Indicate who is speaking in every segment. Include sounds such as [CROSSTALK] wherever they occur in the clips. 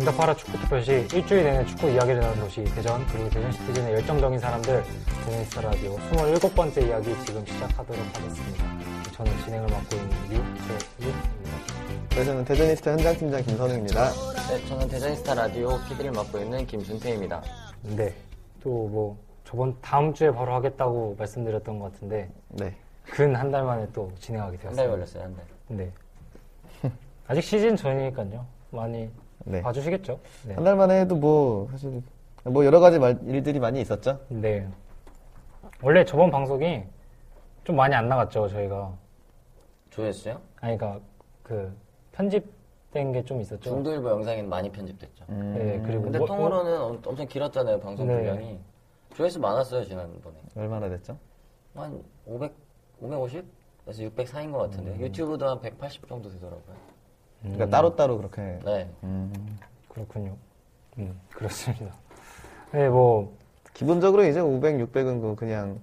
Speaker 1: 응답하라 축구특별시 일주일 내내 축구 이야기를 나눈 도시 대전 그리고 대전 시티즌의 열정적인 사람들 데니스 라디오 27번째 이야기 지금 시작하도록 하겠습니다. 저는 진행을 맡고 있는 유재욱입니다.
Speaker 2: 네, 저는 대전이스트 현장팀장 김선우입니다.
Speaker 3: 네, 저는 대전스타 라디오 PD를 맡고 있는 김준태입니다.
Speaker 1: 네, 또 뭐 저번 다음 주에 바로 하겠다고 말씀드렸던 것 같은데
Speaker 2: 네.
Speaker 1: 근 한 달 만에 또 진행하게
Speaker 3: 한 달
Speaker 1: 되었습니다.
Speaker 3: 걸렸어요, 한 달.
Speaker 1: 네. [LAUGHS] 아직 시즌 전이니까요. 많이
Speaker 2: 네.
Speaker 1: 봐주시겠죠? 네.
Speaker 2: 한 달 만에 해도 뭐, 사실, 뭐 여러 가지 말- 일들이 많이 있었죠?
Speaker 1: 네. 원래 저번 방송이 좀 많이 안 나갔죠, 저희가.
Speaker 3: 조회수요?
Speaker 1: 아니, 그러니까 그 편집된 게 좀 있었죠.
Speaker 3: 중도일보 음. 영상에는 많이 편집됐죠.
Speaker 1: 네, 그리고
Speaker 3: 근데
Speaker 1: 뭐-
Speaker 3: 통으로는 엄- 엄청 길었잖아요, 방송
Speaker 1: 네.
Speaker 3: 분량이. 조회수 많았어요, 지난번에.
Speaker 2: 얼마나 됐죠?
Speaker 3: 한 500, 550? 그래서 600 사이인 것 같은데. 유튜브도 한 180 정도 되더라고요.
Speaker 2: 그러니까 따로따로 그렇게. 음.
Speaker 3: 네.
Speaker 1: 그렇군요. 음, 그렇습니다. 네, 뭐
Speaker 2: 기본적으로 이제 500, 600은 그 그냥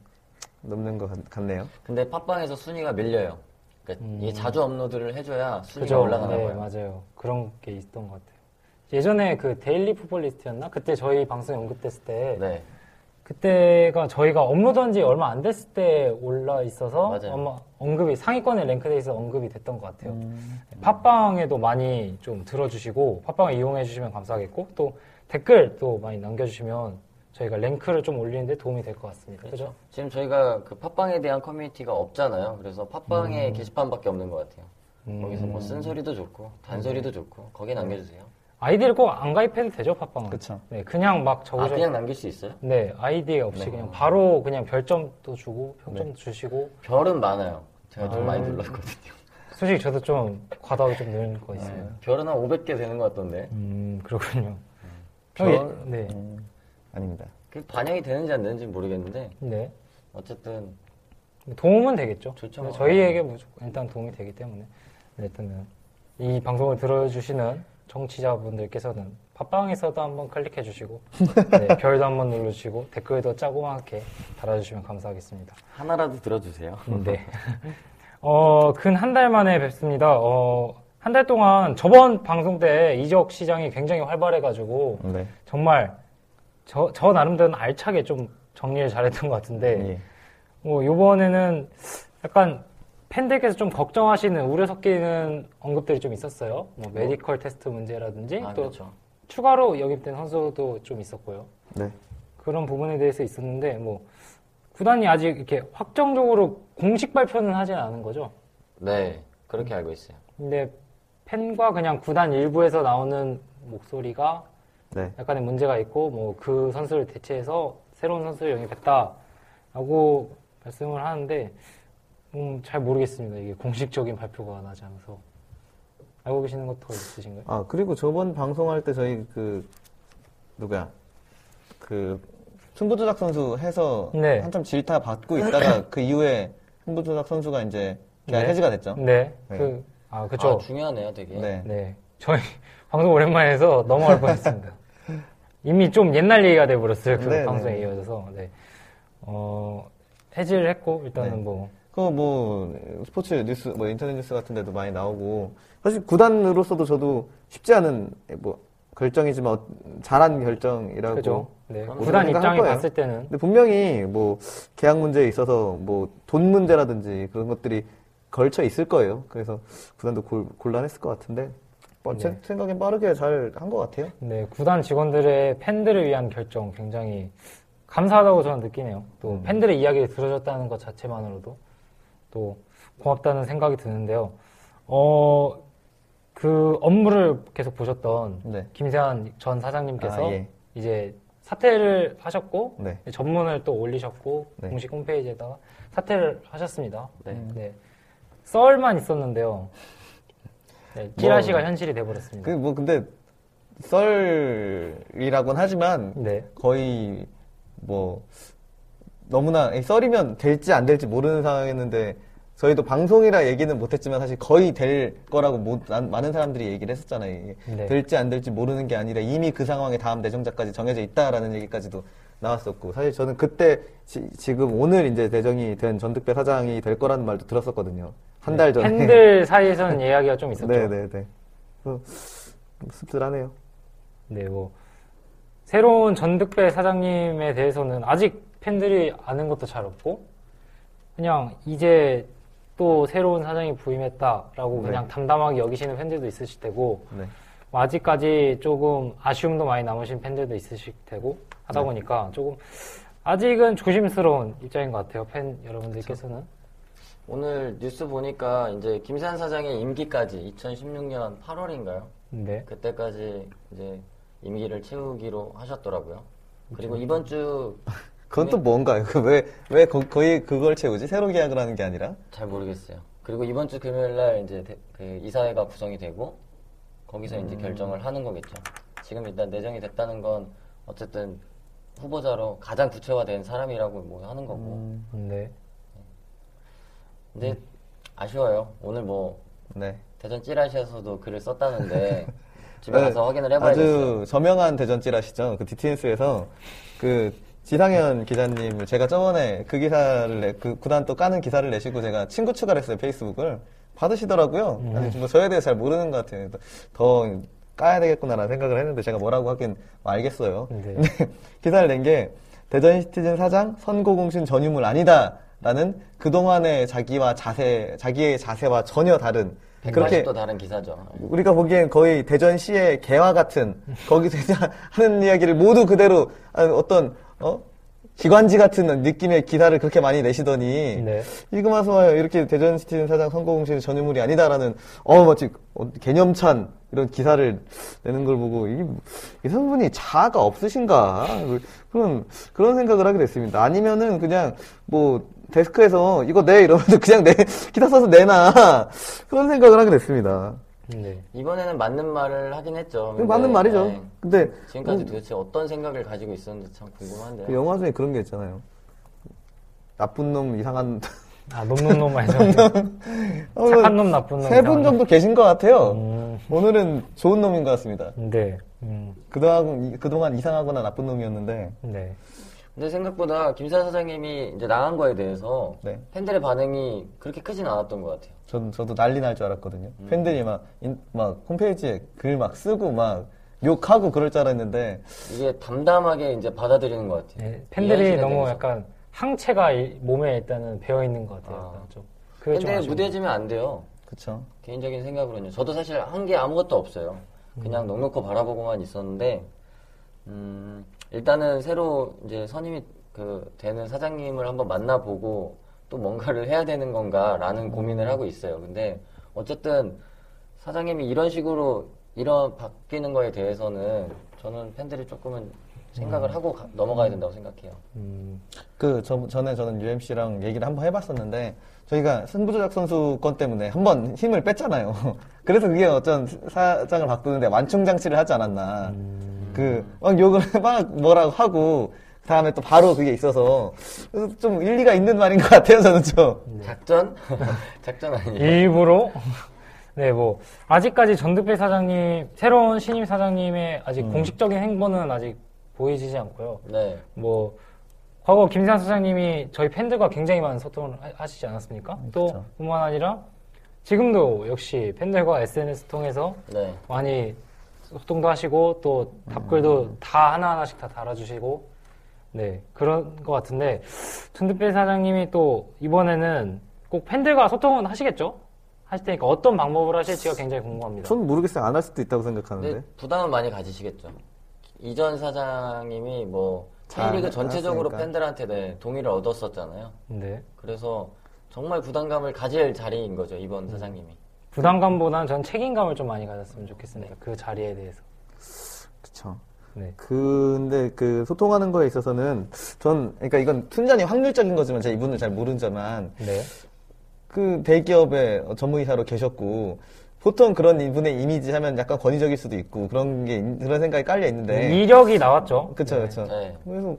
Speaker 2: 넘는 것 같- 같네요.
Speaker 3: 근데 팟빵에서 순위가 밀려요. 그러니까 이게 자주 업로드를 해줘야 순위가
Speaker 1: 그죠.
Speaker 3: 올라가나
Speaker 1: 네,
Speaker 3: 봐요.
Speaker 1: 맞아요. 그런 게 있던 것 같아요. 예전에 그 데일리 풋볼리스트였나? 그때 저희 방송에 언급됐을 때
Speaker 3: 네.
Speaker 1: 그때가 저희가 업로드한 지 얼마 안 됐을 때 올라 있어서
Speaker 3: 맞아요.
Speaker 1: 아마 언급이 상위권에 랭크돼 있어 언급이 됐던 것 같아요.
Speaker 3: 음.
Speaker 1: 팟빵에도 많이 좀 들어주시고 팟빵을 이용해 주시면 감사하겠고 또 댓글 또 많이 남겨주시면 저희가 랭크를 좀 올리는데 도움이 될 것 같습니다. 그죠?
Speaker 3: 지금 저희가 그 팟빵에 대한 커뮤니티가 없잖아요. 그래서
Speaker 1: 음.
Speaker 3: 팟빵에 게시판밖에 없는 것 같아요. 거기서 뭐 쓴소리도 좋고
Speaker 1: 음.
Speaker 3: 단소리도 좋고 거기에 남겨주세요.
Speaker 1: 아이디를 꼭 안 가입해도 되죠 팟빵은?
Speaker 2: 그쵸.
Speaker 1: 네, 그냥 막
Speaker 3: 아
Speaker 1: 적으셔도
Speaker 3: 그냥 남길 수 있어요?
Speaker 1: 네 아이디 없이 그냥 바로 그냥 별점도 주고 평점도
Speaker 3: 네.
Speaker 1: 주시고
Speaker 3: 별은 많아요. 제가 좀
Speaker 1: 음.
Speaker 3: 많이 눌렀거든요.
Speaker 1: 솔직히 저도 좀 과다하게 좀 늘은
Speaker 3: 네.
Speaker 1: 거 있어요.
Speaker 3: 별은 한 500개 되는 것 같던데.
Speaker 1: 음 [LAUGHS] 그렇군요.
Speaker 2: 별-
Speaker 1: 어, 예, 네.
Speaker 2: 음, 아닙니다.
Speaker 3: 그 반영이 되는지 안 되는지 는 모르겠는데
Speaker 1: 네.
Speaker 3: 어쨌든
Speaker 1: 도움은 되겠죠.
Speaker 3: 좋죠.
Speaker 1: 네, 저희에게 무조건 일단 도움이 되기 때문에 네, 일단은 이 방송을 들어주시는 정치자분들께서는 팟빵에서도 한번 클릭해 주시고 네, 별도 한번 눌러주시고 댓글도 짜고맣게 달아주시면 감사하겠습니다.
Speaker 3: 하나라도 들어주세요.
Speaker 1: 네. [LAUGHS] 어, 근 한 달 만에 뵙습니다. 어, 한 달 동안 저번 방송 때 이적 시장이 굉장히 활발해가지고
Speaker 2: 네.
Speaker 1: 정말 저, 저 나름대로는 알차게 좀 정리를 잘했던 것 같은데
Speaker 2: 예.
Speaker 1: 뭐 요번에는 약간 팬들께서 좀 걱정하시는 우려 섞이는 언급들이 좀 있었어요. 뭐 메디컬 테스트 문제라든지
Speaker 3: 아
Speaker 1: 네. 또
Speaker 3: 그렇죠.
Speaker 1: 추가로 영입된 선수도 좀 있었고요.
Speaker 2: 네.
Speaker 1: 그런 부분에 대해서 있었는데 뭐 구단이 아직 이렇게 확정적으로 공식 발표는 하진 않은 거죠.
Speaker 3: 네 그렇게 알고 있어요.
Speaker 1: 근데 팬과 그냥 구단 일부에서 나오는 목소리가
Speaker 2: 네.
Speaker 1: 약간의 문제가 있고 뭐 그 선수를 대체해서 새로운 선수를 영입했다라고 말씀을 하는데 음, 잘 모르겠습니다. 이게 공식적인 발표가 나지 않아서 알고 계시는 것도 있으신가요?
Speaker 2: 아, 그리고 저번 방송할 때 저희 그, 누구야? 그, 승부조작 선수 해서
Speaker 1: 네.
Speaker 2: 한참 질타 받고 있다가 그 이후에 승부조작 선수가 이제 계약
Speaker 1: 네.
Speaker 2: 해지가 됐죠?
Speaker 1: 네,
Speaker 2: 네.
Speaker 1: 그, 아 그쵸.
Speaker 3: 아, 중요하네요, 되게.
Speaker 2: 네.
Speaker 1: 네, 저희 [LAUGHS] 방송 오랜만에 해서 넘어갈 뻔했습니다. 이미 좀 옛날 얘기가 돼버렸어요. 그
Speaker 2: 네,
Speaker 1: 방송에
Speaker 2: 네.
Speaker 1: 이어져서 네. 어, 해지를 했고 일단은
Speaker 2: 네.
Speaker 1: 뭐
Speaker 2: 그거 뭐 스포츠 뉴스 뭐 인터넷 뉴스 같은 데도 많이 나오고 사실 구단으로서도 저도 쉽지 않은 뭐 결정이지만 어- 잘한 결정이라고
Speaker 1: 그죠. 네,
Speaker 3: 그건
Speaker 1: 구단
Speaker 2: 생각할
Speaker 1: 입장에
Speaker 2: 거예요.
Speaker 1: 봤을 때는
Speaker 2: 근데 분명히 뭐 계약 문제에 있어서 뭐 돈 문제라든지 그런 것들이 걸쳐 있을 거예요. 그래서 구단도 골, 곤란했을 것 같은데 뭐 제
Speaker 1: 네.
Speaker 2: 생각엔 빠르게 잘 한 것 같아요.
Speaker 1: 네, 구단 직원들의 팬들을 위한 결정 굉장히 감사하다고 저는 느끼네요. 또
Speaker 2: 음.
Speaker 1: 팬들의 이야기를 들어줬다는 것 자체만으로도 또 고맙다는 생각이 드는데요. 어, 그 업무를 계속 보셨던
Speaker 2: 네.
Speaker 1: 김세환 전 사장님께서
Speaker 2: 아, 예.
Speaker 1: 이제 사퇴를 하셨고
Speaker 2: 네.
Speaker 1: 전문을 또 올리셨고
Speaker 2: 네. 음.
Speaker 1: 공식 홈페이지에다가 사퇴를 하셨습니다.
Speaker 3: 네.
Speaker 1: 네. 썰만 있었는데요. 네, 찌라시가 현실이 돼버렸습니다.
Speaker 2: 그 뭐 근데 썰이라곤 하지만
Speaker 1: 네.
Speaker 2: 거의 뭐 너무나 이 썰이면 될지 안 될지 모르는 상황이었는데 저희도 방송이라 얘기는 못했지만 사실 거의 될 거라고 모- 난- 많은 사람들이 얘기를 했었잖아요. 이게
Speaker 1: 네.
Speaker 2: 될지 안 될지 모르는 게 아니라 이미 그 상황에 다음 대정자까지 정해져 있다라는 얘기까지도 나왔었고 사실 저는 그때 지, 금 오늘 이제 대정이 된 전득배 사장이 될 거라는 말도 들었었거든요. 한 달 전에. [LAUGHS]
Speaker 1: 팬들 사이에서는 이야기가 좀 네. 있었죠.
Speaker 2: 네. 네네네. 그래서 뭐 씁쓸하네요.
Speaker 1: 네, 뭐 새로운 전득배 사장님에 대해서는 아직 팬들이 아는 것도 잘 없고 그냥 이제 또 새로운 사장이 부임했다라고
Speaker 2: 네.
Speaker 1: 그냥 담담하게 여기시는 팬들도 있으실 테고
Speaker 2: 네.
Speaker 1: 뭐 아직까지 조금 아쉬움도 많이 남으신 팬들도 있으실 테고 하다
Speaker 2: 네.
Speaker 1: 보니까 조금 아직은 조심스러운 입장인 것 같아요 팬 여러분들께서는
Speaker 2: 그렇죠.
Speaker 3: 오늘 뉴스 보니까 이제 김세한 사장의 임기까지 2016년 8월인가요?
Speaker 1: 네
Speaker 3: 그때까지 이제 임기를 채우기로 하셨더라고요. 그리고 이번 주 잘
Speaker 2: 그건 또 뭔가요? [LAUGHS] 그 왜, 왜 거, 거의 그걸 채우지? 새로 계약을 하는 게 아니라?
Speaker 3: 모르겠어요. 그리고 이번 주 금요일 날 이제 대- 그 이사회가 구성이 되고 거기서
Speaker 2: 음.
Speaker 3: 이제 결정을 하는 거겠죠. 지금 일단 내정이 됐다는 건 어쨌든 후보자로 가장 구체화된 사람이라고 뭐 하는 거고.
Speaker 2: 음.
Speaker 1: 네.
Speaker 3: 근데 아쉬워요. 오늘 뭐
Speaker 2: 네.
Speaker 3: 대전 찌라시에서도 글을
Speaker 2: [LAUGHS]
Speaker 3: 썼다는데 집에 가서 확인을 해봐야겠어요.
Speaker 2: 네. 아주 저명한 대전 찌라시죠. 그 DTNS에서 그 지상현 기자님을 제가 저번에 그 기사를 내, 그 구단 또 까는 기사를 내시고 제가 친구 추가를 했어요. 페이스북을. 받으시더라고요. 아니, 뭐 저에 대해서 잘 모르는 것 같아요. 더 까야 되겠구나라는 생각을 했는데 제가 뭐라고 하긴 뭐 알겠어요.
Speaker 1: 네.
Speaker 2: 근데 [LAUGHS] 기사를 낸 게 대전 시티즌 사장 선고공신 전유물 아니다라는 그동안의 자기와 자세, 자기의 자세와 전혀 다른
Speaker 3: 180도 다른 기사죠.
Speaker 2: 우리가 보기엔 거의 대전시의 개화 같은 거기서 이제 [LAUGHS] 하는 이야기를 모두 그대로 어떤 어? 기관지 같은 느낌의 기사를 그렇게 많이 내시더니
Speaker 1: 네.
Speaker 2: 이거 와서 이렇게 대전 시티즌 사장 선거공신 전유물이 아니다라는 어 마치 어, 개념찬 이런 기사를 내는 걸 보고 이, 이 선분이 자아가 없으신가 그런 그런 생각을 하게 됐습니다. 아니면은 그냥 뭐 데스크에서 이거 내 이러면서 그냥 내 [LAUGHS] 기사 써서 내놔 그런 생각을 하게 됐습니다.
Speaker 1: 네.
Speaker 3: 이번에는 맞는 말을 하긴 했죠. 근데,
Speaker 2: 맞는 말이죠.
Speaker 3: 네.
Speaker 2: 근데
Speaker 3: 지금까지
Speaker 1: 음.
Speaker 2: 뭐,
Speaker 3: 도대체 어떤 생각을 가지고 있었는지 참 궁금한데요.
Speaker 2: 그 영화 중에 그런 게 있잖아요. 나쁜 놈 이상한
Speaker 1: 아 놈놈놈
Speaker 2: [LAUGHS]
Speaker 1: 해서 [LAUGHS] 착한 놈 나쁜 놈
Speaker 2: 어, 세분
Speaker 1: 이상한
Speaker 2: 정도 계신 것 같아요.
Speaker 1: 음,
Speaker 2: 오늘은 좋은 놈인 것 같습니다.
Speaker 1: 네. 음,
Speaker 2: 그동안 그동안 이상하거나 나쁜 놈이었는데
Speaker 1: 네.
Speaker 3: 근데 생각보다 김사 사장님이 이제 나간 거에 대해서
Speaker 2: 네.
Speaker 3: 팬들의 반응이 그렇게 크진 않았던 것 같아요.
Speaker 2: 저, 저도 난리 날 줄 알았거든요.
Speaker 1: 음.
Speaker 2: 팬들이 막, 인- 막 홈페이지에 글 막 쓰고 막 욕하고 그럴 줄 알았는데
Speaker 3: 이게 담담하게 이제 받아들이는 것 같아요.
Speaker 1: 네, 팬들이
Speaker 3: 이해하시는
Speaker 1: 너무
Speaker 3: 데서.
Speaker 1: 약간 항체가 이- 몸에 일단은 배어 있는 것 같아요.
Speaker 3: 아.
Speaker 1: 약간 좀. 그게 좀
Speaker 3: 팬들이
Speaker 1: 아쉬운 것
Speaker 3: 무대해지면 안 돼요.
Speaker 2: 그쵸.
Speaker 3: 개인적인 생각으로는 저도 사실 한 게 아무것도 없어요. 그냥 넉넉히 바라보고만 있었는데 음, 일단은 새로 이제 선임이 그 되는 사장님을 한번 만나보고 또 뭔가를 해야 되는 건가라는 고민을 하고 있어요. 근데 어쨌든 사장님이 이런 식으로 이런 바뀌는 거에 대해서는 저는 팬들이 조금은 생각을 하고 가- 넘어가야 된다고 생각해요.
Speaker 1: 같아요. 음,
Speaker 2: 그 저- 전에 저는 UMC랑 얘기를 한번 해봤었는데 저희가 승부조작 선수 건 때문에 한번 힘을 뺐잖아요. [LAUGHS] 그래서 그게 어쩐 사장을 바꾸는데 완충 장치를 하지 않았나. 그 막 욕을 [LAUGHS] 막 뭐라고 하고 다음에 또 바로 그게 있어서 그래서 좀 일리가 있는 말인 것 같아요. 저는 좀.
Speaker 3: 작전? [LAUGHS] 작전 아니에요.
Speaker 1: 일부러 [LAUGHS] 네, 뭐 아직까지 전두필 사장님 새로운 신임 사장님의 아직 공식적인 행보는 아직 보이지 않고요.
Speaker 3: 네.
Speaker 1: 뭐 과거 김상 사장님이 저희 팬들과 굉장히 많은 소통을 하- 하시지 않았습니까? 또
Speaker 2: 그쵸.
Speaker 1: 뿐만 아니라 지금도 역시 팬들과 SNS 통해서
Speaker 3: 네.
Speaker 1: 많이 소통도 하시고 또 답글도 다 하나하나씩 다 달아주시고 네 그런 것 같은데 툰드필 사장님이 또 이번에는 꼭 팬들과 소통은 하시겠죠? 하실 테니까 어떤 방법을 하실지가 굉장히 궁금합니다.
Speaker 2: 전 모르겠어요. 안 할 수도 있다고
Speaker 3: 근데
Speaker 2: 생각하는데.
Speaker 3: 부담은 많이 가지시겠죠. 이전 사장님이 뭐
Speaker 2: 잘
Speaker 3: K리그
Speaker 2: 안
Speaker 3: 전체적으로
Speaker 2: 알았으니까.
Speaker 3: 팬들한테 네, 동의를 얻었었잖아요.
Speaker 1: 네
Speaker 2: 음.
Speaker 3: 그래서 정말 부담감을 가질 자리인 거죠 이번 사장님이.
Speaker 1: 부담감보다는 전 책임감을 좀 많이 가졌으면 좋겠습니다. 그 자리에 대해서.
Speaker 2: 그쵸.
Speaker 1: 네.
Speaker 2: 근데 그 소통하는 거에 있어서는 전 그러니까 이건 순전히 확률적인 거지만 제가 이분을 잘 모르지만
Speaker 1: 네.
Speaker 2: 그 대기업의 전무이사로 계셨고 보통 그런 이분의 이미지 하면 약간 권위적일 수도 있고 그런 게 있- 그런 생각이 깔려 있는데
Speaker 1: 음, 이력이 나왔죠.
Speaker 2: 그쵸 그쵸
Speaker 3: 네.
Speaker 2: 그래서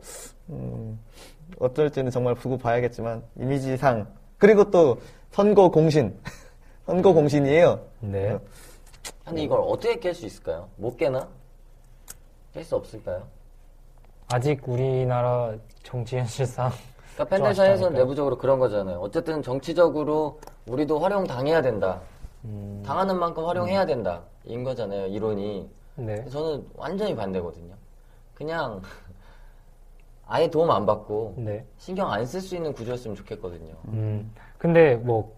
Speaker 2: 음, 어떨지는 정말 두고 봐야겠지만 이미지상 그리고 또 선거 공신 [LAUGHS] 선거 공신이에요
Speaker 1: 네.
Speaker 2: 어.
Speaker 3: 근데 이걸 어떻게 깰 수 있을까요? 못 깨나? 깰 수 없을까요?
Speaker 1: 아직 우리나라 정치 현실상
Speaker 3: 그러니까 팬들
Speaker 1: 아쉽지
Speaker 3: 사이에서는
Speaker 1: 않을까요?
Speaker 3: 내부적으로 그런 거잖아요. 어쨌든 정치적으로 우리도 활용 당해야 된다.
Speaker 2: 음.
Speaker 3: 당하는 만큼 활용해야 된다. 인 거잖아요, 이론이.
Speaker 1: 네.
Speaker 3: 저는 완전히 반대거든요. 그냥 [LAUGHS] 아예 도움 안 받고
Speaker 1: 네.
Speaker 3: 신경 안 쓸 수 있는 구조였으면 좋겠거든요.
Speaker 1: 음, 근데 뭐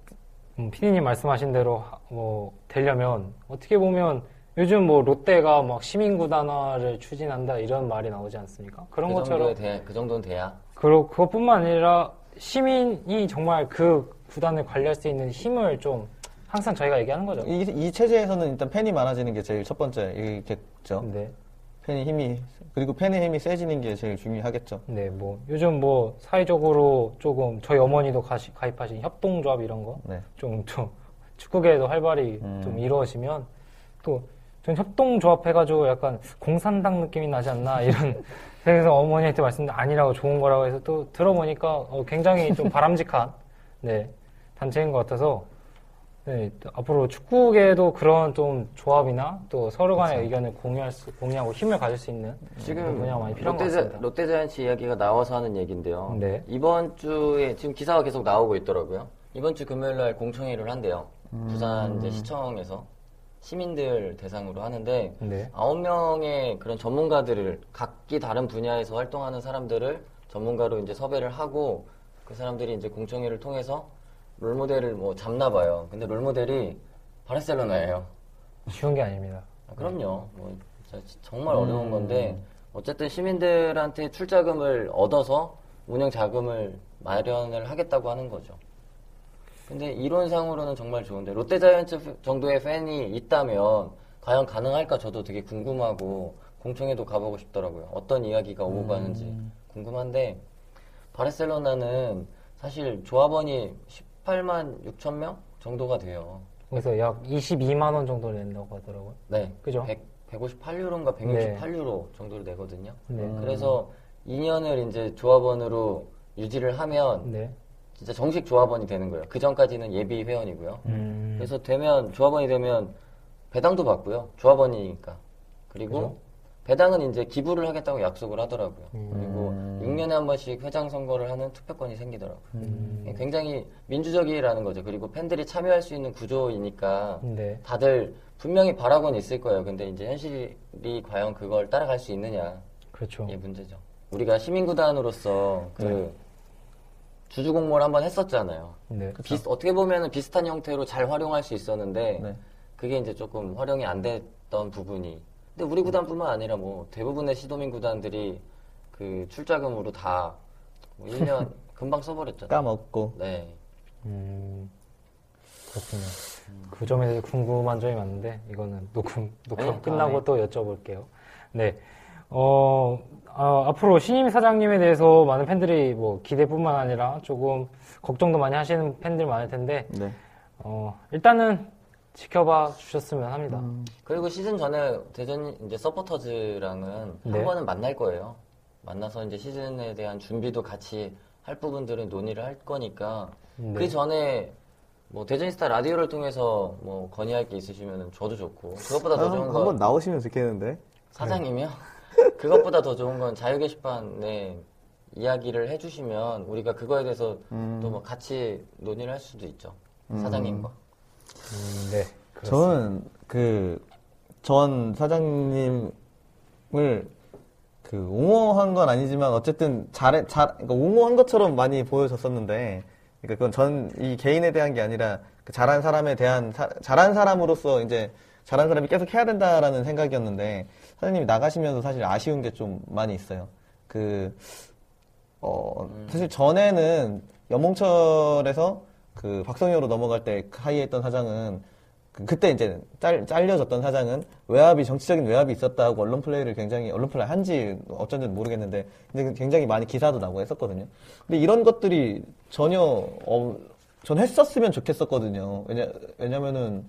Speaker 1: 음, 피디님 말씀하신 대로 하- 뭐 되려면 어떻게 보면 요즘 뭐 롯데가 막 시민구단화를 추진한다 이런 말이 나오지 않습니까? 그런
Speaker 3: 그
Speaker 1: 것처럼
Speaker 3: 정도에 돼- 그 정도는 돼야.
Speaker 1: 그러, 그것뿐만 아니라 시민이 정말 그 구단을 관리할 수 있는 힘을 좀 항상 저희가 얘기하는 거죠.
Speaker 2: 이, 이 체제에서는 일단 팬이 많아지는 게 제일 첫 번째겠죠
Speaker 1: 네.
Speaker 2: 팬의 힘이 그리고 팬의 힘이 세지는 게 제일 중요하겠죠
Speaker 1: 네, 뭐 요즘 뭐 사회적으로 조금 저희 어머니도 가시, 가입하신 협동조합 이런 거
Speaker 2: 네.
Speaker 1: 좀, 좀 축구계에도 활발히
Speaker 2: 음.
Speaker 1: 좀 이루어지면 또 전 협동조합 해가지고 약간 공산당 느낌이 나지 않나
Speaker 2: [LAUGHS]
Speaker 1: 이런 그래서 어머니한테 말씀드 아니라고 좋은 거라고 해서 또 들어보니까 어, 굉장히
Speaker 2: [LAUGHS]
Speaker 1: 좀 바람직한 네 단체인 것 같아서 네, 또 앞으로 축구계에도 그런 좀 조합이나 또 서로 간의
Speaker 2: 그렇죠.
Speaker 1: 의견을 공유할 수 공유하고 힘을 가질 수 있는 그런
Speaker 3: 지금
Speaker 1: 뭐 분야가 많이 필요한 것
Speaker 3: 롯데자,
Speaker 1: 같습니다.
Speaker 3: 롯데자이언츠 이야기가 나와서 하는 얘기인데요.
Speaker 1: 네.
Speaker 3: 이번 주에 지금 기사가 계속 나오고 있더라고요. 이번 주 금요일 날 공청회를 한대요. 부산
Speaker 1: 음.
Speaker 3: 이제 시청에서 시민들 대상으로 하는데
Speaker 1: 네.
Speaker 3: 아홉 명의 그런 전문가들을 각기 다른 분야에서 활동하는 사람들을 전문가로 이제 섭외를 하고 그 사람들이 이제 공청회를 통해서 롤모델을 뭐 잡나 봐요. 근데 롤모델이 바르셀로나예요.
Speaker 1: 쉬운 게 아닙니다.
Speaker 3: 아, 음. 그럼요. 뭐, 진짜 정말 어려운 건데 어쨌든 시민들한테 출자금을 얻어서 운영 자금을 마련을 하겠다고 하는 거죠. 근데 이론상으로는 정말 좋은데 롯데자이언츠 정도의 팬이 있다면 과연 가능할까 저도 되게 궁금하고 공청회도 가보고 싶더라고요. 어떤 이야기가 오고 가는지 궁금한데 바르셀로나는 사실 조합원이 18만 6천 명 정도가 돼요.
Speaker 1: 그래서 약 22만 원 정도를 낸다고 하더라고요.
Speaker 3: 네.
Speaker 1: 그죠?
Speaker 3: 158유로인가 168유로 정도를 내거든요.
Speaker 1: 네.
Speaker 3: 그래서 2년을 이제 조합원으로 유지를 하면
Speaker 1: 네.
Speaker 3: 진짜 정식 조합원이 되는 거예요. 그 전까지는 예비 회원이고요.
Speaker 1: 음.
Speaker 3: 그래서 되면 조합원이 되면 배당도 받고요. 조합원이니까. 그리고
Speaker 1: 그죠?
Speaker 3: 배당은 이제 기부를 하겠다고 약속을 하더라고요.
Speaker 2: 음.
Speaker 3: 그리고 6년에 한 번씩 회장 선거를 하는 투표권이 생기더라고요.
Speaker 1: 음.
Speaker 3: 굉장히 민주적이라는 거죠. 그리고 팬들이 참여할 수 있는 구조이니까
Speaker 1: 네.
Speaker 3: 다들 분명히 바라고는 있을 거예요. 근데 이제 현실이 과연 그걸 따라갈 수 있느냐
Speaker 1: 그렇죠.
Speaker 3: 이게 문제죠. 우리가 시민구단으로서 그 주주 공모를 한번 했었잖아요.
Speaker 1: 네.
Speaker 3: 비슷- 어떻게 보면 비슷한 형태로 잘 활용할 수 있었는데
Speaker 2: 네.
Speaker 3: 그게 이제 조금 활용이 안 됐던 부분이. 근데 우리 구단뿐만 아니라 뭐 대부분의 시도민 구단들이 그 출자금으로 다뭐 1년 금방 써버렸잖아요.
Speaker 2: 까먹고
Speaker 3: 네.
Speaker 1: 음. 그렇군요. 그 점에 대해서 궁금한 점이 많은데 이거는 녹음 녹음
Speaker 3: 네,
Speaker 1: 끝나고
Speaker 3: 다음에.
Speaker 1: 또 여쭤볼게요. 네. 어, 아, 앞으로 신임 사장님에 대해서 많은 팬들이 뭐 기대뿐만 아니라 조금 걱정도 많이 하시는 팬들 많을 텐데
Speaker 2: 네.
Speaker 1: 어, 일단은 지켜봐 주셨으면 합니다.
Speaker 3: 그리고 시즌 전에 대전 이제 서포터즈랑은
Speaker 1: 네.
Speaker 3: 한 번은 만날 거예요. 만나서 이제 시즌에 대한 준비도 같이 할 부분들은 논의를 할 거니까
Speaker 1: 네.
Speaker 3: 그 전에 뭐 대전스타 라디오를 통해서 뭐 건의할 게 있으시면 저도 좋고 그것보다 더 좋은
Speaker 2: 아, 한번
Speaker 3: 건
Speaker 2: 나오시면 좋겠는데
Speaker 3: 사장님이요. [LAUGHS] 그것보다 더 좋은 건 자유 게시판에 이야기를 해주시면 우리가 그거에 대해서 또 뭐 같이 논의를 할 수도 있죠. 사장님과.
Speaker 1: 음, 네. 그렇습니다.
Speaker 2: 저는 그 전 사장님을 그 옹호한 건 아니지만 어쨌든 잘해 잘 그러니까 옹호한 것처럼 많이 보여졌었는데 그러니까 그건 전 이 개인에 대한 게 아니라 그 잘한 사람에 대한 사- 잘한 사람으로서 이제 잘한 사람이 계속 해야 된다라는 생각이었는데 사장님이 나가시면서 사실 아쉬운 게 좀 많이 있어요. 그 어, 사실 전에는 연몽철에서 그 박성효로 넘어갈 때 하이에 있던 그 사장은 그- 그때 이제 짤, 잘려졌던 사장은 외압이 정치적인 외압이 있었다고 언론 플레이를 굉장히 언론 플레이 한지 어쩐지는 모르겠는데 근데 굉장히 많이 기사도 나고 했었거든요. 근데 이런 것들이 전혀 어, 전 했었으면 좋겠었거든요. 왜냐 왜냐면은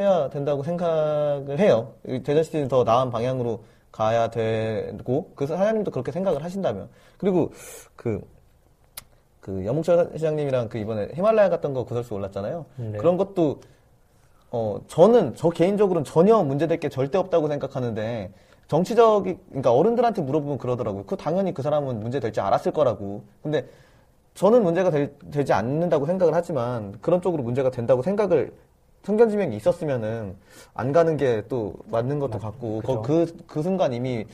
Speaker 2: 해야 된다고 생각을 해요. 이 대전시티는 더 나은 방향으로 가야 되고 그 사장님도 그렇게 생각을 하신다면 그리고 그 그 여몽철 시장님이랑 그 이번에 히말라야 갔던 거 구설수 올랐잖아요.
Speaker 1: 네.
Speaker 2: 그런 것도 어, 저는, 저 개인적으로는 전혀 문제될 게 절대 없다고 생각하는데, 정치적이, 그러니까 어른들한테 물어보면 그러더라고요. 그 당연히 그 사람은 문제될지 알았을 거라고. 근데 저는 문제가 되, 지 않는다고 생각을 하지만, 그런 쪽으로 문제가 된다고 생각을, 성견지명이 있었으면은, 안 가는 게 또 맞는 것도 같고,
Speaker 1: 그죠.
Speaker 2: 거- 그, 그, 순간 이미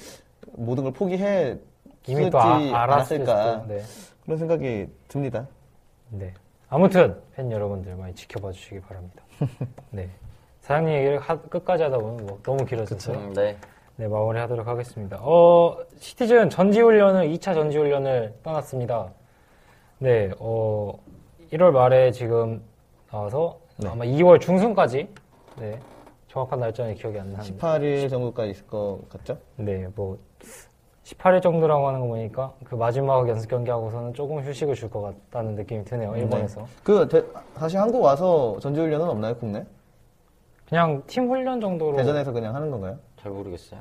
Speaker 2: 모든 걸 포기해,
Speaker 1: 이미 또 아-
Speaker 2: 쓰지
Speaker 1: 알았을
Speaker 2: 않았을까.
Speaker 1: 수도. 네.
Speaker 2: 그런 생각이 듭니다.
Speaker 1: 네. 아무튼 팬 여러분들 많이 지켜봐 주시기
Speaker 2: [LAUGHS]
Speaker 1: 바랍니다. 네. 사장님 얘기를 하- 끝까지 하다 보면 뭐 너무 길어졌어요.
Speaker 3: 음, 네.
Speaker 1: 네, 마무리하도록 하겠습니다. 어, 시티즌 전지훈련을 2차 전지훈련을 떠났습니다. 네, 어, 1월 말에 지금 나와서
Speaker 2: 네.
Speaker 1: 아마 2월 중순까지 네, 정확한 날짜는 기억이 안
Speaker 3: 아, 네.
Speaker 1: 나는데
Speaker 2: 18일 정도까지 있을 것 같죠?
Speaker 1: 네, 뭐 18일 정도라고 하는 거 보니까 그 마지막 연습 경기 하고서는 조금 휴식을 줄 것 같다는 느낌이 드네요. 일본에서.
Speaker 2: 네. 그, 대- 다시 한국 와서 전지훈련은 없나요, 국내?
Speaker 1: 그냥 팀 훈련 정도로
Speaker 2: 대전에서 그냥 하는 건가요?
Speaker 3: 잘 모르겠어요.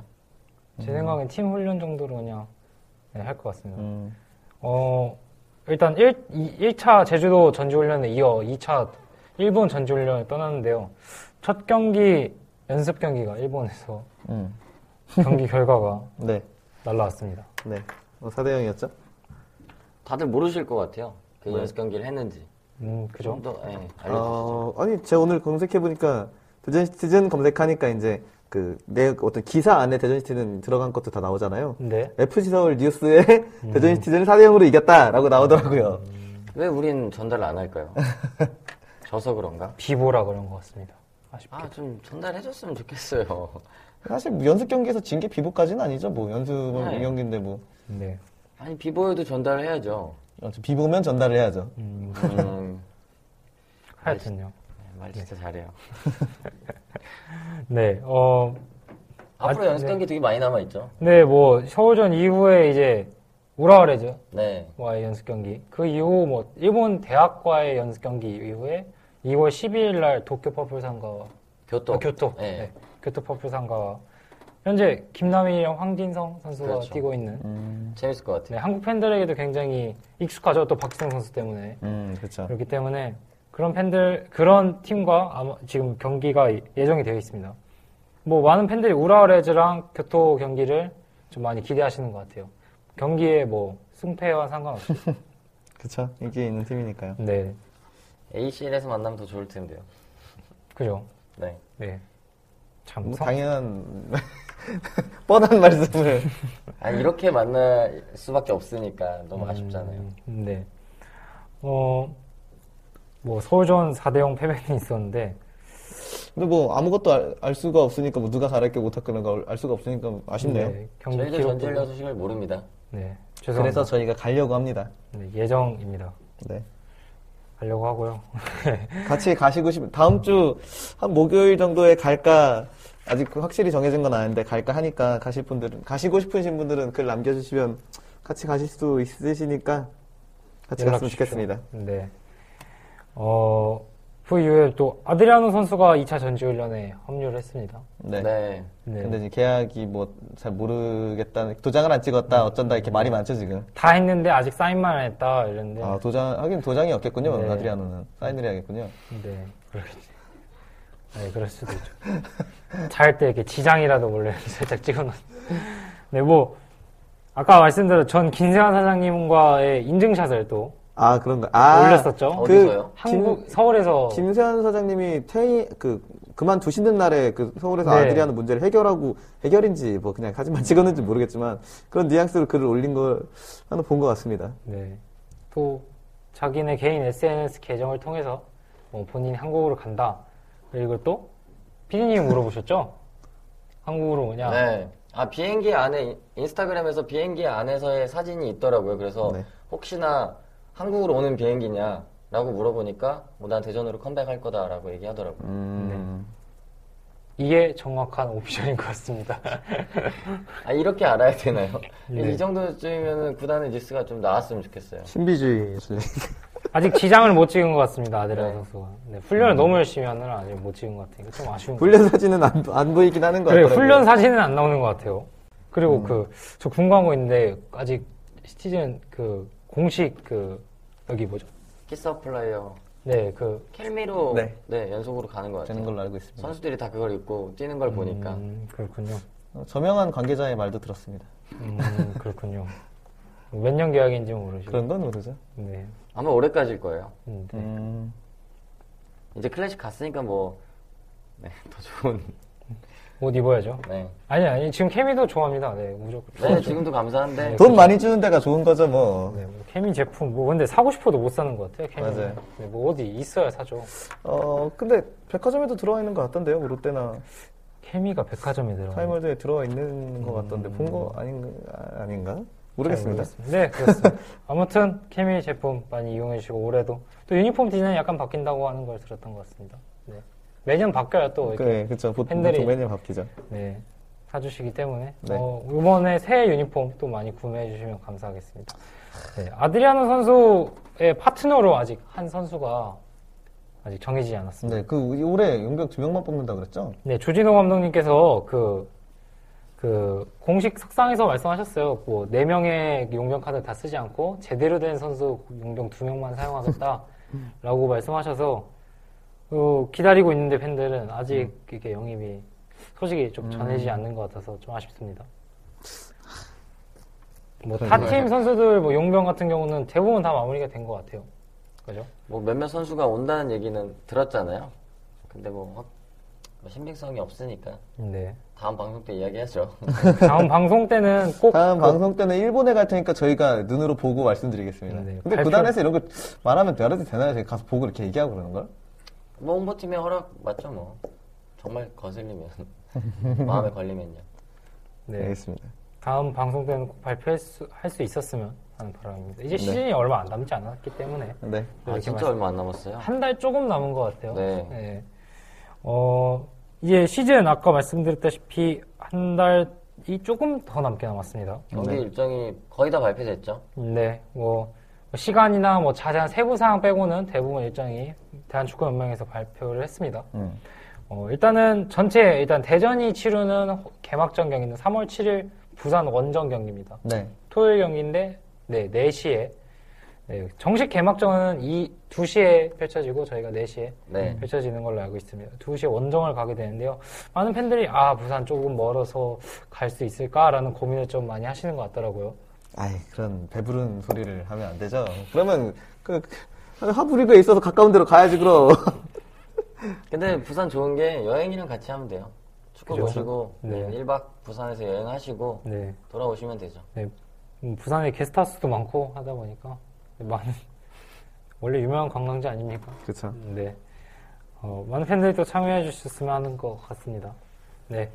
Speaker 1: 제 생각엔 팀 훈련 정도로 그냥 네, 할 것 같습니다.
Speaker 2: 음.
Speaker 1: 어, 일단 1, 1차 제주도 전지훈련에 이어 2차 일본 전지훈련을 떠났는데요. 첫 경기, 연습 경기가
Speaker 2: [LAUGHS]
Speaker 1: 일본에서
Speaker 2: 음.
Speaker 1: 경기 결과가
Speaker 2: 네.
Speaker 1: 날라왔습니다.
Speaker 2: 네. 어, 4대 0이었죠?
Speaker 3: 다들 모르실 것 같아요. 그
Speaker 2: 네.
Speaker 3: 연습 경기를 했는지.
Speaker 1: 음, 그죠?
Speaker 3: 좀 더, 예, 알려주시죠.
Speaker 2: 어, 아니, 제가 오늘 검색해보니까, 대전시티즌 검색하니까 이제, 그, 내 어떤 기사 안에 대전시티즌 들어간 것도 다 나오잖아요.
Speaker 3: 음.
Speaker 1: 네.
Speaker 2: FC 서울 뉴스에 [LAUGHS] 대전시티즌을 4대 0으로 이겼다라고 나오더라고요.
Speaker 3: 왜 우린 전달을 안
Speaker 1: [LAUGHS]
Speaker 3: 할까요? 져서 그런가?
Speaker 1: 비보라 그런 것 같습니다. 아쉽게.
Speaker 3: 아, 좀 전달해줬으면 좋겠어요.
Speaker 2: 사실 뭐 연습 경기에서 진 게 비보까지는 아니죠. 뭐, 연습은
Speaker 3: 네.
Speaker 2: 이 경기인데 뭐.
Speaker 1: 네.
Speaker 3: 아니, 비보여도 전달을 해야죠.
Speaker 2: 아무튼 비보면 전달을 해야죠.
Speaker 1: 음,
Speaker 3: 음,
Speaker 1: 하여튼요.
Speaker 3: 말 진짜 잘해요.
Speaker 1: 네. 어,
Speaker 3: 앞으로
Speaker 1: 아,
Speaker 3: 연습 경기 되게 많이 남아있죠.
Speaker 1: 네, 뭐, 서울전 이후에 이제 우라와레죠.
Speaker 3: 네.
Speaker 1: 와의 연습 경기. 그 이후 뭐 일본 대학과의 연습 경기 이후에 2월 12일 날 도쿄 퍼플 상가와
Speaker 3: 교토.
Speaker 1: 아, 교토.
Speaker 3: 네.
Speaker 1: 네, 교토 퍼플 상가와 현재 김남희랑 황진성 선수가
Speaker 3: 그렇죠.
Speaker 1: 뛰고 있는
Speaker 2: 음,
Speaker 3: 재밌을 것
Speaker 1: 네,
Speaker 3: 같아요.
Speaker 1: 한국 팬들에게도 굉장히 익숙하죠. 또 박지성 선수 때문에.
Speaker 2: 음, 그렇죠.
Speaker 1: 그렇기 때문에 그런 팬들 그런 팀과 아마 지금 경기가 예정이 되어 있습니다. 뭐 많은 팬들이 우라레즈랑 교토 경기를 좀 많이 기대하시는 것 같아요. 경기에 뭐 승패와 상관없이.
Speaker 2: 그렇죠. 인기 있는 팀이니까요.
Speaker 1: 네,
Speaker 3: ACL에서 만나면 더 좋을 텐데요.
Speaker 1: 그죠.
Speaker 3: 네.
Speaker 1: 네. 참.
Speaker 2: 뭐
Speaker 1: 성-
Speaker 2: 당연한, [LAUGHS] 뻔한 말씀을.
Speaker 3: 아,
Speaker 1: 음.
Speaker 3: 이렇게 만날 수밖에 없으니까 너무 아쉽잖아요.
Speaker 1: 음, 네. 어, 뭐, 서울전 4대0 패배는 있었는데,
Speaker 2: 근데 뭐 아무것도 알, 알 수가 없으니까 뭐 누가 잘했고 못했거나 그걸 알 수가 없으니까 아쉽네요.
Speaker 1: 네, 경기
Speaker 3: 저희도
Speaker 1: 기록.
Speaker 3: 전지훈련 소식을 모릅니다.
Speaker 1: 네,
Speaker 2: 그래서
Speaker 1: 죄송합니다.
Speaker 2: 저희가 가려고 합니다.
Speaker 1: 네, 예정입니다.
Speaker 2: 네.
Speaker 1: 가려고 하고요. [LAUGHS]
Speaker 2: 같이 가시고 싶, 다음 주 한 목요일 정도에 갈까, 아직 확실히 정해진 건 아닌데 갈까 하니까 가실 분들은, 가시고 싶으신 분들은 글 남겨주시면 같이 가실 수 있으시니까 같이
Speaker 1: 연락
Speaker 2: 갔으면
Speaker 1: 주십시오.
Speaker 2: 좋겠습니다.
Speaker 1: 네. 어, 그 이후에 또 아드리아노 선수가 2차 전지훈련에 합류를 했습니다.
Speaker 2: 네.
Speaker 3: 네.
Speaker 1: 네.
Speaker 2: 근데 이제 계약이 뭐 잘 모르겠다, 도장을 안
Speaker 1: 음.
Speaker 2: 찍었다, 어쩐다 이렇게 말이 많죠 지금.
Speaker 1: 다 했는데 아직 사인만 안 했다, 이랬는데.
Speaker 2: 아 도장, 하긴 도장이 없겠군요.
Speaker 1: 네.
Speaker 2: 아드리아노는 사인을 해야겠군요.
Speaker 1: 네, 그렇겠지. 네, 그럴 수도 있죠. 잘 때 이렇게 지장이라도 몰래 [LAUGHS] 살짝 찍어놓은. 네, 뭐, 아까 말씀드린 전 김세환 사장님과의 인증샷을 또
Speaker 2: 아 그런가. 아
Speaker 1: 올렸었죠.
Speaker 3: 그- 어디서요?
Speaker 1: 한국, 서울에서.
Speaker 2: 김세환 사장님이 퇴, 그, 그만 두시는 날에 그 서울에서
Speaker 1: 네.
Speaker 2: 아들이라는 문제를 해결하고, 해결인지 뭐 그냥 하지만 [LAUGHS] 찍었는지 모르겠지만, 그런 뉘앙스로 글을 올린 걸 하나 본 것 같습니다.
Speaker 1: 네. 또, 자기네 개인 SNS 계정을 통해서 뭐 본인이 한국으로 간다. 그리고 또, 피디님이 물어보셨죠? [LAUGHS] 한국으로 오냐?
Speaker 3: 네. 아, 비행기 안에, 인스타그램에서 비행기 안에서의 사진이 있더라고요. 그래서
Speaker 2: 네.
Speaker 3: 혹시나 한국으로 오는 비행기냐, 라고 물어보니까 뭐 난 대전으로 컴백할 거다라고 얘기하더라고요.
Speaker 2: 음.
Speaker 1: 네. 이게 정확한 오피셜인 것 같습니다. [LAUGHS]
Speaker 3: 아 이렇게 알아야
Speaker 2: [LAUGHS]
Speaker 3: 되나요?
Speaker 1: 네.
Speaker 3: 이 정도쯤이면 구단의 뉴스가 좀 나왔으면 좋겠어요.
Speaker 2: 신비주의 예술인.
Speaker 1: 아직 지장을 못 찍은 것 같습니다, 아드레아
Speaker 3: 네.
Speaker 1: 선수가. 네, 훈련을 너무 열심히 하느라 아직 못 찍은 것 같아요. 좀 아쉬운 것
Speaker 2: [LAUGHS] 음. 훈련 사진은 안, 안 보이긴 하는 것
Speaker 1: 그래,
Speaker 2: 같아요. 음.
Speaker 1: 훈련 사진은 안 나오는 것 같아요. 그리고 그, 저 궁금한 거 있는데, 아직 시티즌 그, 공식 그, 여기 뭐죠?
Speaker 3: 키스업 플라이어
Speaker 1: 네, 그,
Speaker 3: 켈미로
Speaker 2: 네.
Speaker 3: 네. 연속으로 가는 것 같아요.
Speaker 2: 되는 걸로 알고 있습니다.
Speaker 3: 선수들이 다 그걸 입고 뛰는 걸 보니까
Speaker 1: 음, 그렇군요.
Speaker 2: 어, 저명한 관계자의 말도 들었습니다.
Speaker 1: 음, 그렇군요. 몇 년 계약인지 모르시고.
Speaker 2: 그런 건 모르죠.
Speaker 1: 네.
Speaker 3: 아마 올해까지일 거예요.
Speaker 1: 음, 네.
Speaker 2: 음.
Speaker 3: 이제 클래식 갔으니까 뭐, 네, 더 좋은,
Speaker 1: 옷 입어야죠.
Speaker 3: 네.
Speaker 1: 아니, 아니, 지금 케미도 좋아합니다. 네, 무조건.
Speaker 3: 네,
Speaker 1: 좋아하죠.
Speaker 3: 지금도 감사한데.
Speaker 2: 돈 많이 주는 데가 좋은 거죠, 뭐.
Speaker 1: 네, 뭐 케미 제품, 뭐, 근데 사고 싶어도 못 사는 것 같아요, 케미.
Speaker 2: 맞아요.
Speaker 1: 네, 뭐, 어디 있어야 사죠.
Speaker 2: 어, 근데 백화점에도 들어와 있는 것 같던데요. 뭐 롯데나
Speaker 1: 케미가 백화점에 들어가.
Speaker 2: 타임월드에 들어와 있는 것 같던데 본 거 아닌, 아, 아닌가? 모르겠습니다.
Speaker 1: 네, 그렇습니다. 아무튼 케미 제품 많이 이용해 주시고 올해도 또 유니폼 디자인 약간 바뀐다고 하는 걸 들었던 것 같습니다. 네. 매년 바뀌어요 또 이렇게
Speaker 2: 네, 그렇죠. 보통
Speaker 1: 팬들이-
Speaker 2: 매년 바뀌죠.
Speaker 1: 네, 사주시기 때문에
Speaker 2: 네.
Speaker 1: 어, 이번에 새 유니폼 또 많이 구매해 주시면 감사하겠습니다. 네, 아드리아노 선수의 파트너로 아직 한 선수가 아직 정해지지 않았습니다.
Speaker 2: 네, 그 올해 용병 두 명만 뽑는다 그랬죠?
Speaker 1: 네, 조진호 감독님께서 그, 그, 공식 석상에서 말씀하셨어요. 뭐, 4명의 용병 카드 다 쓰지 않고, 제대로 된 선수 용병 2명만
Speaker 2: [LAUGHS]
Speaker 1: 사용하겠다. 라고 말씀하셔서, 어, 기다리고 있는데 팬들은 아직
Speaker 2: 음.
Speaker 1: 이게 영입이, 소식이 좀 전해지지 않는 것 같아서 좀 아쉽습니다. 뭐,
Speaker 2: 네.
Speaker 1: 타 팀 선수들 뭐 용병 같은 경우는 대부분 다 마무리가 된 것 같아요. 그죠?
Speaker 3: 뭐 몇몇 선수가 온다는 얘기는 들었잖아요. 근데 뭐, 확, 뭐 신빙성이 없으니까.
Speaker 1: 네.
Speaker 3: 다음 방송 때 이야기하죠. [LAUGHS]
Speaker 1: 다음 방송 때는 꼭그
Speaker 2: 다음 방송 때는 일본에 갈 테니까 저희가 눈으로 보고 말씀드리겠습니다.
Speaker 1: 네,
Speaker 2: 근데
Speaker 1: 발표-
Speaker 2: 구단에서 이런 거 말하면 말해도 되나요? 저희 가서 보고 이렇게 얘기하고 그러는 걸?
Speaker 3: 뭐 홍보팀의 허락 맞죠 뭐. 정말 거슬리면. [LAUGHS] 마음에 걸리면요.
Speaker 1: 네.
Speaker 2: 알겠습니다.
Speaker 1: 다음 방송 때는 꼭 발표할 수, 할 수 있었으면 하는 바람입니다. 이제 시즌이 얼마 안 남지 않았기 때문에
Speaker 2: 네.
Speaker 3: 아,
Speaker 1: 이렇게
Speaker 3: 진짜 얼마 안 남았어요.
Speaker 1: 한 달 조금 남은 것 같아요.
Speaker 3: 네.
Speaker 1: 어, 이제 시즌 아까 말씀드렸다시피 한 달이 조금 더 남게 남았습니다.
Speaker 3: 경기 일정이 거의 다 발표됐죠.
Speaker 1: 네, 뭐 시간이나 뭐 자세한 세부 사항 빼고는 대부분 일정이 대한축구연맹에서 발표를 했습니다.
Speaker 2: 음.
Speaker 1: 어, 일단은 전체 일단 대전이 치르는 호- 개막전 경기는 3월 7일 부산 원정 경기입니다.
Speaker 2: 네.
Speaker 1: 토요일 경기인데 네, 4시에 네, 정식 개막전은 이 2시에 펼쳐지고 저희가 4시에
Speaker 3: 네.
Speaker 1: 펼쳐지는 걸로 알고 있습니다. 2시에 원정을 가게 되는데요. 많은 팬들이 아 부산 조금 멀어서 갈 수 있을까라는 고민을 좀 많이 하시는 것 같더라고요.
Speaker 2: 아이, 그런 배부른 소리를 하면 안 되죠. 그러면 그 하부리그에 있어서 가까운 데로 가야지 그럼. [LAUGHS]
Speaker 3: 근데 부산 좋은 게 여행이랑 같이 하면 돼요. 축구
Speaker 1: 네. 그죠?
Speaker 3: 보시고
Speaker 1: 네.
Speaker 3: 1박 부산에서 여행하시고
Speaker 1: 네,
Speaker 3: 돌아오시면 되죠.
Speaker 1: 네, 음, 부산에 게스트하우스도 많고 하다 보니까 많은 [LAUGHS] 원래 유명한 관광지 아닙니까?
Speaker 2: 그렇죠.
Speaker 1: 네. 어, 많은 팬들이 또 참여해 주셨으면 하는 것 같습니다.
Speaker 2: [LAUGHS]
Speaker 1: 네.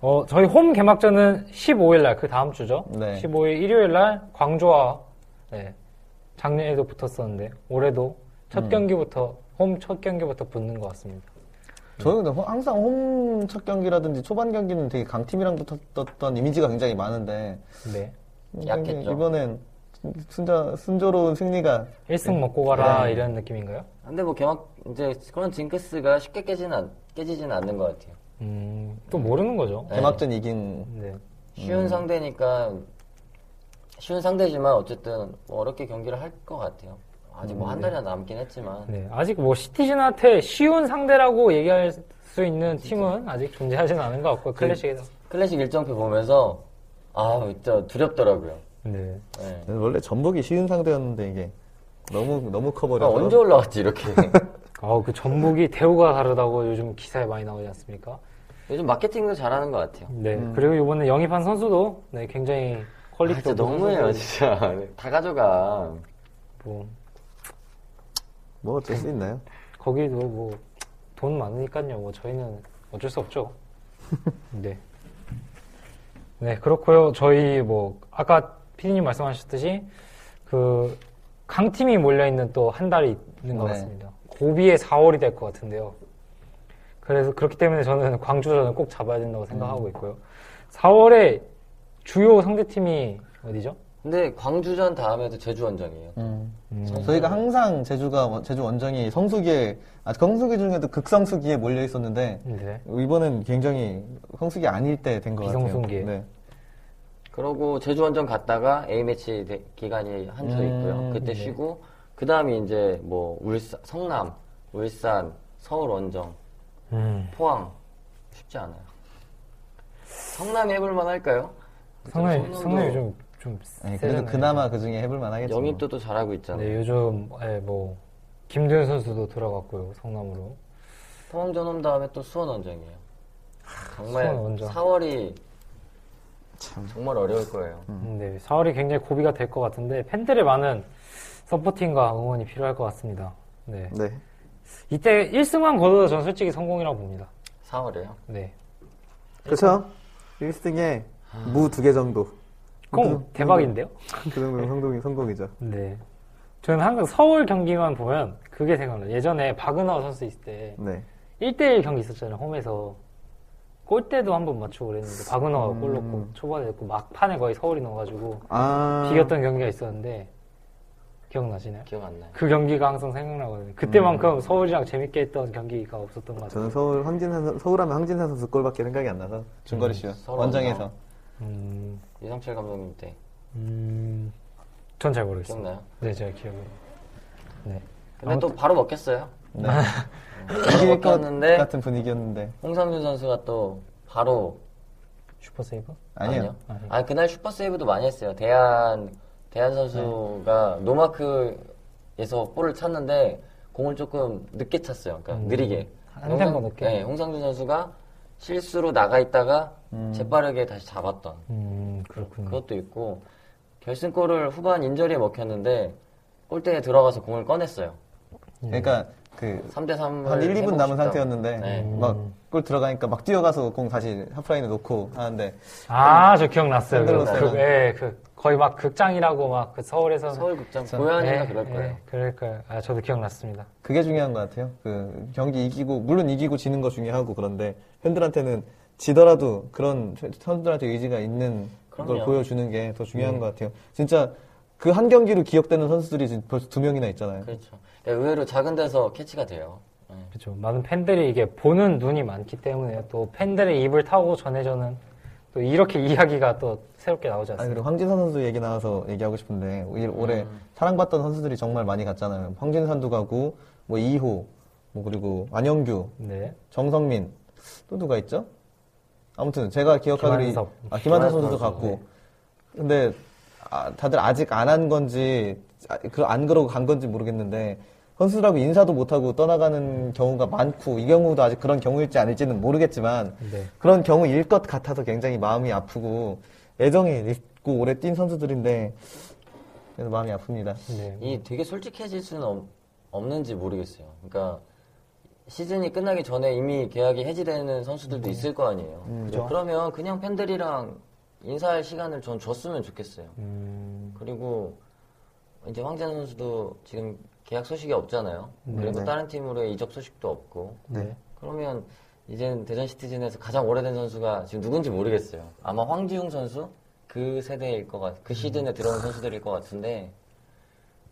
Speaker 1: 어, 저희 홈 개막전은 15일 날, 그 다음 주죠.
Speaker 2: 네.
Speaker 1: 15일 일요일 날 광주와 네, 작년에도 붙었었는데 올해도 첫
Speaker 2: 음.
Speaker 1: 경기부터 홈 첫 경기부터 붙는 것 같습니다.
Speaker 2: 저는 근데 호- 항상 홈 첫 경기라든지 초반 경기는 되게 강팀이랑 붙었던 이미지가 굉장히 많은데
Speaker 1: 네.
Speaker 3: 약했죠.
Speaker 2: 이번엔 순자, 순조로운 승리가
Speaker 1: 1승 먹고 가라
Speaker 2: 네.
Speaker 1: 이런 느낌인가요?
Speaker 3: 근데 뭐 개막 이제 그런 징크스가 쉽게 깨지는 않- 깨지지는 않는 것 같아요.
Speaker 1: 음, 또 모르는
Speaker 3: 네.
Speaker 1: 거죠.
Speaker 2: 개막전 이긴
Speaker 1: 네.
Speaker 3: 쉬운 상대니까 쉬운 상대지만 어쨌든 뭐 어렵게 경기를 할 것 같아요. 아직 뭐 한 달이나 남긴 했지만
Speaker 1: 네. 아직 뭐 시티즌한테 쉬운 상대라고 얘기할 수 있는 팀은 아직 존재하지는 않은 것 같고 클래식에서.
Speaker 3: 클래식 일정표 보면서 아 진짜 두렵더라고요.
Speaker 1: 네.
Speaker 3: 네.
Speaker 2: 원래 전북이 쉬운 상대였는데 이게 너무 너무
Speaker 3: 아,
Speaker 2: 커버려서
Speaker 3: 언제 올라왔지 이렇게
Speaker 1: 아우 그 전북이 대우가 다르다고 요즘 기사에 많이 나오지 않습니까?
Speaker 3: 요즘 마케팅도 잘하는 것 같아요.
Speaker 1: 네. 그리고 이번에 영입한 선수도 네, 굉장히
Speaker 3: 음. 아,
Speaker 1: 퀄리티
Speaker 3: 진짜 너무해요 진짜 다 가져가.
Speaker 1: 뭐
Speaker 2: 뭐 어쩔 수 있나요?
Speaker 1: 거기도 뭐 돈 많으니까요. 뭐 저희는 어쩔 수
Speaker 2: [LAUGHS]
Speaker 1: 없죠. 네. 네 그렇고요. 저희 뭐 아까 피디님 말씀하셨듯이 그 강팀이 몰려있는 또 한 달이 있는 것
Speaker 3: 네.
Speaker 1: 같습니다. 고비의 4월이 될 것 같은데요. 그래서 그렇기 때문에 저는 광주전을 꼭 잡아야 된다고
Speaker 2: 음.
Speaker 1: 생각하고 있고요. 4월에 주요 상대팀이 어디죠?
Speaker 3: 근데 광주전 다음에도 음. 제주원정이에요.
Speaker 2: 음. 저희가 항상 제주가 원- 제주 원정이 성수기에 아 성수기 중에도 극성수기에 몰려 있었는데
Speaker 1: 네.
Speaker 2: 이번엔 굉장히 성수기 아닐 때 된 것 같아요.
Speaker 1: 비성수기에.
Speaker 2: 네.
Speaker 3: 그러고 제주원정 갔다가 A매치 대- 기간이 한 주
Speaker 2: 음,
Speaker 3: 있고요. 그때
Speaker 1: 네.
Speaker 3: 쉬고 그 다음에 이제 뭐 울산, 성남, 울산, 서울원정,
Speaker 2: 음.
Speaker 3: 포항 쉽지 않아요. 성남이 해볼만 할까요?
Speaker 1: 상당히,
Speaker 3: 성남도
Speaker 1: 상당히 요즘 좀
Speaker 2: 네, 그래도
Speaker 1: 세잖아요.
Speaker 2: 그나마 그 중에 해볼만 하겠죠.
Speaker 3: 영입도 또 잘하고 있잖아요.
Speaker 1: 네, 요즘 예, 뭐 김도현 선수도 들어갔고요. 성남으로.
Speaker 3: 포항전 온 다음에 또 수원원정이에요. 정말
Speaker 1: 수원원정.
Speaker 3: 4월이 정말 어려울 거예요.
Speaker 1: 네, 4월이 굉장히 고비가 될 것 같은데 팬들의 많은 서포팅과 응원이 필요할 것 같습니다. 네.
Speaker 2: 네.
Speaker 1: 이때 1승만 거둬도 저는 솔직히 성공이라고 봅니다.
Speaker 3: 4월에요.
Speaker 1: 네.
Speaker 2: 그렇죠. 1등에 무 두 개 정도.
Speaker 1: 꼭 대박인데요?
Speaker 2: 그 정도면 성공이, 성공이죠.
Speaker 1: 네. 저는 항상 서울 경기만 보면 그게 생각나요. 예전에 박은하 선수 있을 때
Speaker 2: 네.
Speaker 1: 1대1 경기 있었잖아요, 홈에서. 골대도 한 번 맞추고 그랬는데, 박은호가 골 넣고, 초반에 넣고, 막판에 거의 서울이 넣어가지고,
Speaker 2: 아.
Speaker 1: 비겼던 경기가 있었는데, 기억나시나요?
Speaker 3: 기억 안 나요.
Speaker 1: 그 경기가 항상 생각나거든요. 그때만큼 서울이랑 재밌게 했던 경기가 없었던 것 같아요.
Speaker 2: 저는 서울 황진산 선- 서울하면 황진산 선수 골밖에 생각이 안 나서 중거리 슛
Speaker 3: 서울
Speaker 2: 원정에서
Speaker 1: 음,
Speaker 3: 이상철 감독님 때
Speaker 1: 음, 전 잘 모르겠어요.
Speaker 3: 기억나요?
Speaker 1: 네, 제가 기억을. 네.
Speaker 3: 근데 또 바로 먹겠어요.
Speaker 2: 네.
Speaker 1: 아. [LAUGHS]
Speaker 3: 바로
Speaker 2: 이길 것
Speaker 3: 먹겠는데
Speaker 2: 같은 분위기였는데
Speaker 3: 홍상준 선수가 또 바로
Speaker 1: 슈퍼세이버?
Speaker 2: 아니에요.
Speaker 1: 아니요.
Speaker 3: 아 그날 슈퍼 세이브도 많이 했어요. 대한 대한 선수가 노마크에서 볼을 찼는데 공을 조금 늦게 찼어요. 그러니까 느리게.
Speaker 1: 한 대만
Speaker 3: 홍상-
Speaker 1: 늦게.
Speaker 3: 네, 홍상준 선수가 실수로 나가 있다가 재빠르게 다시 잡았던
Speaker 1: 음, 그렇군요.
Speaker 3: 그것도 있고 결승골을 후반 인절이에 먹혔는데 골대에 들어가서 공을 꺼냈어요.
Speaker 1: 음.
Speaker 2: 그러니까 그
Speaker 3: 3대 3을
Speaker 2: 한 1, 2분 남은 상태였는데
Speaker 3: 네.
Speaker 1: 음.
Speaker 2: 막 골 들어가니까 막 뛰어가서 공 다시 하프라인에 놓고 하는데
Speaker 1: 아, 저 기억났어요. 그,
Speaker 2: 팬들로서는.
Speaker 1: 그, 예, 그, 거의 막 극장이라고 막 그 서울에서. 네,
Speaker 3: 서울극장
Speaker 2: 참.
Speaker 3: 고양이가 그럴 거예요.
Speaker 1: 그럴 거예요. 아, 저도 기억났습니다.
Speaker 2: 그게 중요한 것 같아요. 그 경기 이기고 물론 이기고 지는 거 중요하고 그런데 팬들한테는 지더라도 그런 선수들한테 의지가 있는 걸
Speaker 3: 그럼요. 음.
Speaker 2: 보여주는 게 더 중요한 것 같아요. 진짜 그 한 경기로 기억되는 선수들이 지금 벌써 두 명이나 있잖아요.
Speaker 3: 그렇죠. 그러니까 의외로 작은 데서 캐치가 돼요. 네.
Speaker 1: 그렇죠. 많은 팬들이 이게 보는 눈이 많기 때문에 또 팬들의 입을 타고 전해져는 또 이렇게 [LAUGHS] 이야기가 또 새롭게 나오지
Speaker 2: 아
Speaker 1: 않습니까?
Speaker 2: 그리고 황진산 선수 얘기 나와서 얘기하고 싶은데 올- 올해
Speaker 3: 음.
Speaker 2: 사랑받던 선수들이 정말 많이 갔잖아요. 황진산도 가고 뭐 이호 뭐 그리고 안영규
Speaker 1: 네.
Speaker 2: 정성민 또 누가 있죠? 아무튼 제가 기억하기로
Speaker 1: 김한섭.
Speaker 2: 이- 아, 김한섭 선수도
Speaker 3: 김한섭 선수,
Speaker 2: 갔고 근데 아, 다들 아직 안 한 건지 아, 그- 안 그러고 간 건지 모르겠는데 선수들하고 인사도 못하고 떠나가는 경우가 많고 이 경우도 아직 그런 경우일지 아닐지는 모르겠지만
Speaker 1: 네.
Speaker 2: 그런 경우일 것 같아서 굉장히 마음이 아프고 애정이 있고 오래 뛴 선수들인데 그래서 마음이 아픕니다.
Speaker 1: 네.
Speaker 3: 이 되게 솔직해질 수는 없, 없는지 모르겠어요. 그러니까 시즌이 끝나기 전에 이미 계약이 해지되는
Speaker 1: 네.
Speaker 3: 선수들도 있을 거 아니에요.
Speaker 1: 음,
Speaker 3: 그러면 그냥 팬들이랑 인사할 시간을 전 줬으면 좋겠어요.
Speaker 1: 음,
Speaker 3: 그리고 이제 황재현 선수도 지금 계약 소식이 없잖아요. 그리고 다른 팀으로의 이적 소식도 없고.
Speaker 1: 네.
Speaker 3: 그러면 이제는 대전 시티즌에서 가장 오래된 선수가 지금 누군지 모르겠어요. 아마 황지웅 선수 그 세대일 것 같, 그 시즌에 들어온 선수들일 것 같은데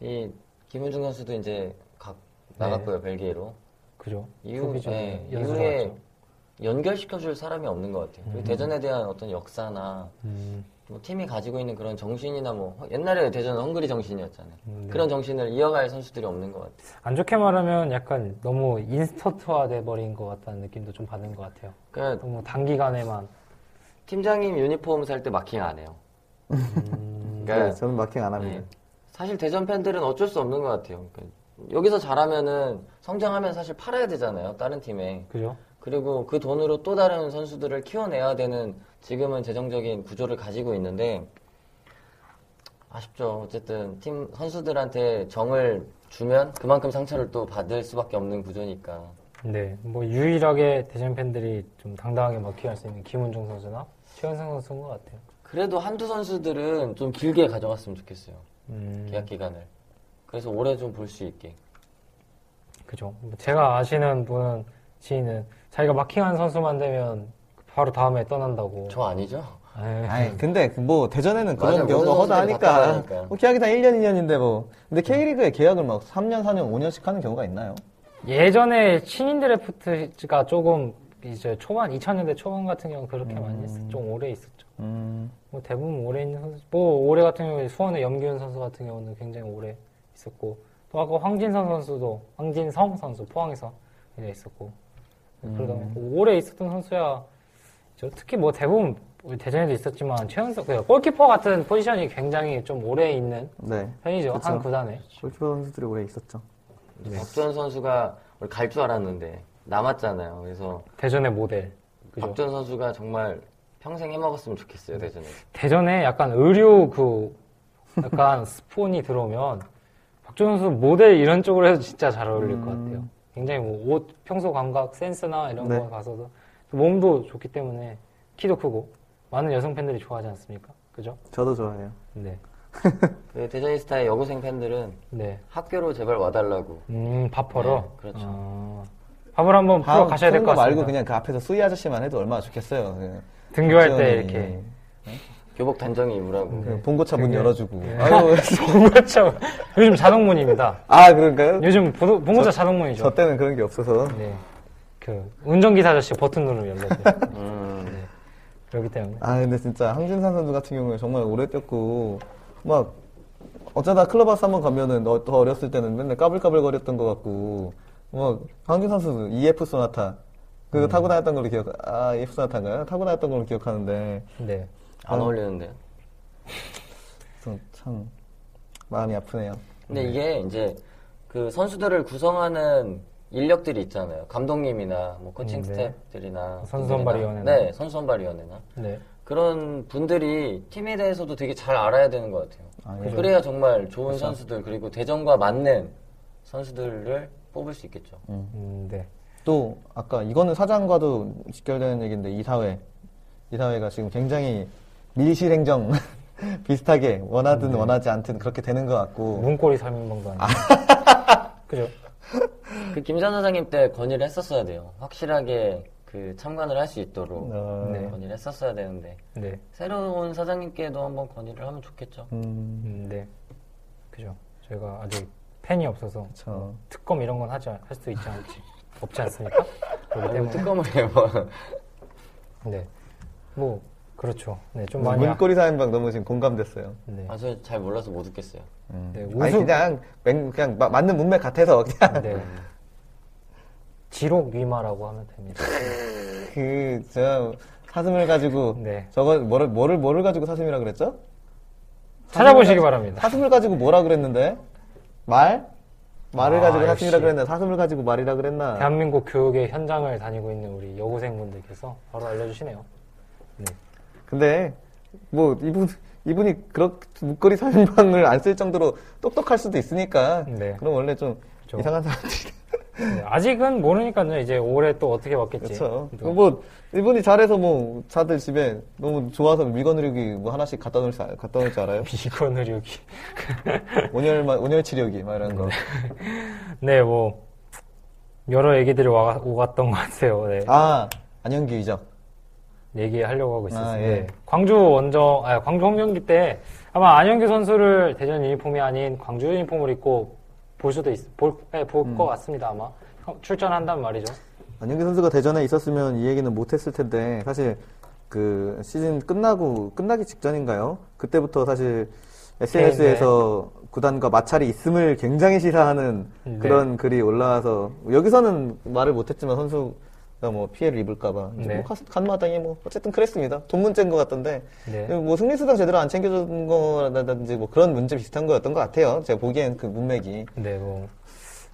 Speaker 3: 이 김은중 선수도 이제 각 나갔고요 벨기에로
Speaker 1: 그죠.
Speaker 3: 이후
Speaker 1: 소비 네. 중에
Speaker 3: 네,
Speaker 1: 연수로
Speaker 3: 이후에
Speaker 1: 왔죠.
Speaker 3: 연결시켜줄 사람이 없는 것 같아요. 그리고 대전에 대한 어떤 역사나
Speaker 1: 음,
Speaker 3: 뭐 팀이 가지고 있는 그런 정신이나 뭐 허- 옛날에 대전은 헝그리 정신이었잖아요.
Speaker 1: 네.
Speaker 3: 그런 정신을 이어갈 선수들이 없는 것 같아요.
Speaker 1: 안 좋게 말하면 약간 너무 인스턴트화 돼버린 것 같다는 느낌도 좀 받는 것 같아요.
Speaker 3: 그러니까
Speaker 1: 너무 단기간에만.
Speaker 3: 팀장님 유니폼 살 때 마킹 안 해요.
Speaker 1: 음.
Speaker 2: 네,
Speaker 3: 그러니까
Speaker 2: 저는 마킹 안 합니다.
Speaker 3: 네. 사실 대전 팬들은 어쩔 수 없는 것 같아요. 그러니까 여기서 잘하면은 성장하면 사실 팔아야 되잖아요. 다른 팀에.
Speaker 1: 그죠?
Speaker 3: [LAUGHS] 그리고 그 돈으로 또 다른 선수들을 키워내야 되는 지금은 재정적인 구조를 가지고 있는데 아쉽죠. 어쨌든 팀 선수들한테 정을 주면 그만큼 상처를 또 받을 수밖에 없는 구조니까.
Speaker 1: 네, 뭐 유일하게 대전 팬들이 좀 당당하게 먹튀할 수 있는 김은중 선수나 최현성 선수인 것 같아요.
Speaker 3: 그래도 한두 선수들은 좀 길게 가져갔으면 좋겠어요.
Speaker 1: 음,
Speaker 3: 계약 기간을. 그래서 올해 좀 볼 수 있게.
Speaker 1: 그죠. 뭐 제가 아시는 분 지인은 자기가 마킹한 선수만 되면 바로 다음에 떠난다고. 네.
Speaker 3: 저 아니죠?
Speaker 1: 에이,
Speaker 2: 아이, 근데 뭐 대전에는 그런
Speaker 3: 맞아,
Speaker 2: 경우가
Speaker 3: 모든 선수들이 다
Speaker 2: 허다하니까
Speaker 3: 따라하니까.
Speaker 2: 뭐 계약이 다 1년 2년인데 뭐 근데 K리그에 계약을 막 3년 4년 5년씩 하는 경우가 있나요?
Speaker 1: 예전에 신인 드래프트가 조금 이제 초반 2000년대 초반 같은 경우 는 그렇게 많이 했었. 좀 오래 있었죠.
Speaker 2: 음,
Speaker 1: 뭐 대부분 오래 있는 선수. 뭐 올해 같은 경우에 수원의 염기훈 선수 같은 경우는 굉장히 오래 있었고 또 아까 황진성 선수도 황진성 선수 포항에서 이제 있었고 네, 그러다
Speaker 2: 음.
Speaker 1: 보니까 오래 있었던 선수야. 저 특히 뭐 대부분 우리 대전에도 있었지만 최연석 그 골키퍼 같은 포지션이 굉장히 좀 오래 있는
Speaker 2: 네.
Speaker 1: 편이죠
Speaker 2: 그쵸.
Speaker 1: 한 구단에.
Speaker 2: 골키퍼 선수들이 오래 있었죠.
Speaker 1: 네.
Speaker 3: 박주현 선수가 갈 줄 알았는데 남았잖아요. 그래서
Speaker 1: 대전의 모델. 그죠? 네.
Speaker 3: 박주현 선수가 정말 평생 해먹었으면 좋겠어요 대전에서.
Speaker 1: 대전에 약간 의료 그 약간 스폰이 들어오면 박준호 선수 모델 이런 쪽으로 해서 진짜 잘 어울릴 것 같아요. 굉장히 뭐 옷 평소 감각 센스나 이런
Speaker 2: 네.
Speaker 1: 거 봐서도 몸도 좋기 때문에 키도 크고 많은 여성 팬들이 좋아하지 않습니까? 그죠?
Speaker 2: 저도 좋아해요.
Speaker 1: 네.
Speaker 3: 그 대전이스타의 여고생 팬들은
Speaker 1: 네.
Speaker 3: 학교로 제발 와달라고.
Speaker 1: 음, 밥퍼러.
Speaker 3: 네, 그렇죠.
Speaker 1: 어, 밥을 한번 풀어
Speaker 2: 아,
Speaker 1: 가셔야 될
Speaker 2: 그런 거
Speaker 1: 것 같습니다.
Speaker 2: 말고 그냥 그 앞에서 수희 아저씨만 해도 얼마나 좋겠어요. 그냥
Speaker 1: 등교할 때
Speaker 2: 박지원이,
Speaker 1: 이렇게
Speaker 3: 교복 단정히 입으라고.
Speaker 1: 네.
Speaker 2: 그 봉고차 문 열어주고.
Speaker 1: [LAUGHS]
Speaker 2: 아유,
Speaker 1: 아유, 봉고차 요즘 자동문입니다.
Speaker 2: 아 그런가요?
Speaker 1: 요즘 보- 봉고차 자동문이죠.
Speaker 2: 저 때는 그런 게 없어서.
Speaker 1: 네. 그 운전기사 아저씨 버튼 누르면 연락이 네.
Speaker 3: 음.
Speaker 1: 그렇기 때문에
Speaker 2: 아 근데 진짜 황준산 선수 같은 경우에 정말 오래 뛰었고 막 어쩌다 클럽하우스 한번 가면은 너, 더 어렸을 때는 맨날 까불까불거렸던 것 같고 막 황준산 선수 EF 소나타 그거 타고 다녔던 걸로 기억 아 EF 소나타인가요? 타고 다녔던 걸로 기억하는데
Speaker 1: 네.
Speaker 3: 안 어울리는데요.
Speaker 2: 좀참 마음이 아프네요.
Speaker 3: 근데 이게 이제 그 선수들을 구성하는 인력들이 있잖아요. 감독님이나 뭐 코칭
Speaker 1: 음, 네.
Speaker 3: 스태프들이나
Speaker 1: 선수
Speaker 3: 분들이나.
Speaker 1: 선발위원회나.
Speaker 3: 네, 선수 선발위원회나
Speaker 1: 네.
Speaker 3: 그런 분들이 팀에 대해서도 되게 잘 알아야 되는 것 같아요.
Speaker 2: 아, 그죠.
Speaker 3: 그래야 정말 좋은 선수들 그리고 대전과 맞는 선수들을 뽑을 수 있겠죠.
Speaker 1: 음, 네.
Speaker 2: 또 아까 이거는 사장과도 직결되는 얘기인데 이사회 이사회가 지금 굉장히 밀실행정 [LAUGHS] 비슷하게 원하든 원하지 않든 그렇게 되는 것 같고
Speaker 1: 문고리 3인방도
Speaker 2: [LAUGHS]
Speaker 1: 아니고. 그죠?
Speaker 3: 그 김산 사장님 때 건의를 했었어야 돼요. 확실하게 그 참관을 할 수 있도록
Speaker 2: 어,
Speaker 1: 네.
Speaker 3: 건의를 했었어야 되는데
Speaker 1: 네.
Speaker 3: 새로운 사장님께도 한번 건의를 하면 좋겠죠.
Speaker 2: 음,
Speaker 1: 음, 네. 그죠. 저희가 아직 팬이 없어서
Speaker 2: 그쵸.
Speaker 1: 특검 이런 건 하지, 않- 할 수도 있지 않지. 없지 않습니까? 그렇기
Speaker 3: 아니, 뭐
Speaker 1: 때문에.
Speaker 3: 특검을 [LAUGHS] 해요. 뭐.
Speaker 1: 네. 뭐, 그렇죠. 네. 좀 많이. 아-
Speaker 2: 음, 문고리 사인방 너무 지금 공감됐어요.
Speaker 1: 네.
Speaker 3: 아, 저 잘 몰라서 못 웃겠어요.
Speaker 1: 네.
Speaker 2: 아니
Speaker 1: 우승-
Speaker 2: 그냥 맹- 그냥 마- 맞는 문맥 같아서 [LAUGHS] 그냥
Speaker 1: 네. 지록 위마라고 하면
Speaker 2: [LAUGHS]
Speaker 1: 됩니다.
Speaker 2: 그저 사슴을 가지고
Speaker 1: 네.
Speaker 2: 저건 뭐를 뭐를 뭐를 가지고 사슴이라 그랬죠?
Speaker 1: 찾아보시기 바랍니다.
Speaker 2: 사슴을 가지고 뭐라 그랬는데 말 말을
Speaker 1: 아,
Speaker 2: 가지고
Speaker 1: 역시.
Speaker 2: 사슴이라 그랬나 사슴을 가지고 말이라
Speaker 1: 아.
Speaker 2: 그랬나?
Speaker 1: 대한민국 교육의 현장을 다니고 있는 우리 여고생분들께서 바로 알려주시네요. 네.
Speaker 2: 근데 뭐 이분 이분이 그렇 목걸이 사진방을 안 쓸 정도로 똑똑할 수도 있으니까
Speaker 1: 네.
Speaker 2: 그럼 원래 좀
Speaker 1: 그렇죠.
Speaker 2: 이상한 사람들이
Speaker 1: 네, 아직은 모르니까요. 이제 올해 또 어떻게 바뀔지.
Speaker 2: 그렇죠.
Speaker 1: 또
Speaker 2: 뭐 이분이 잘해서 뭐 자들 집에 너무 좋아서 밀건 의료기 뭐 하나씩 갖다 놓을 줄 알- 갖다 놓을 줄 [LAUGHS] 알아요?
Speaker 1: 비건 의료기.
Speaker 2: 온열 마- 온열 치료기 막 이런 거.
Speaker 1: 네, 뭐 여러 얘기들이 와, 오갔던 것 같아요. 네.
Speaker 2: 아 안영기 의적.
Speaker 1: 얘기하려고 하고 있었어요.
Speaker 2: 아,
Speaker 1: 데
Speaker 2: 예.
Speaker 1: 광주 원정, 아, 광주 홈경기 때 아마 안영규 선수를 대전 유니폼이 아닌 광주 유니폼을 입고 볼 수도 있, 볼, 예, 볼 것 같습니다. 아마 출전한단 말이죠.
Speaker 2: 안영기 선수가 대전에 있었으면 이 얘기는 못했을 텐데 사실 그 시즌 끝나고 끝나기 직전인가요? 그때부터 사실 SNS에서 구단과 마찰이 있음을 굉장히 시사하는
Speaker 1: 네.
Speaker 2: 그런 글이 올라와서 여기서는 말을 못했지만 선수가 뭐 피해를 입을까봐 이제
Speaker 1: 네.
Speaker 2: 뭐 칸- 칸마당이 뭐 어쨌든 그랬습니다. 돈 문제인 것 같던데
Speaker 1: 네.
Speaker 2: 뭐 승리수당 제대로 안 챙겨준 거라든지 뭐 그런 문제 비슷한 거였던 것 같아요. 제가 보기엔 그 문맥이
Speaker 1: 네, 뭐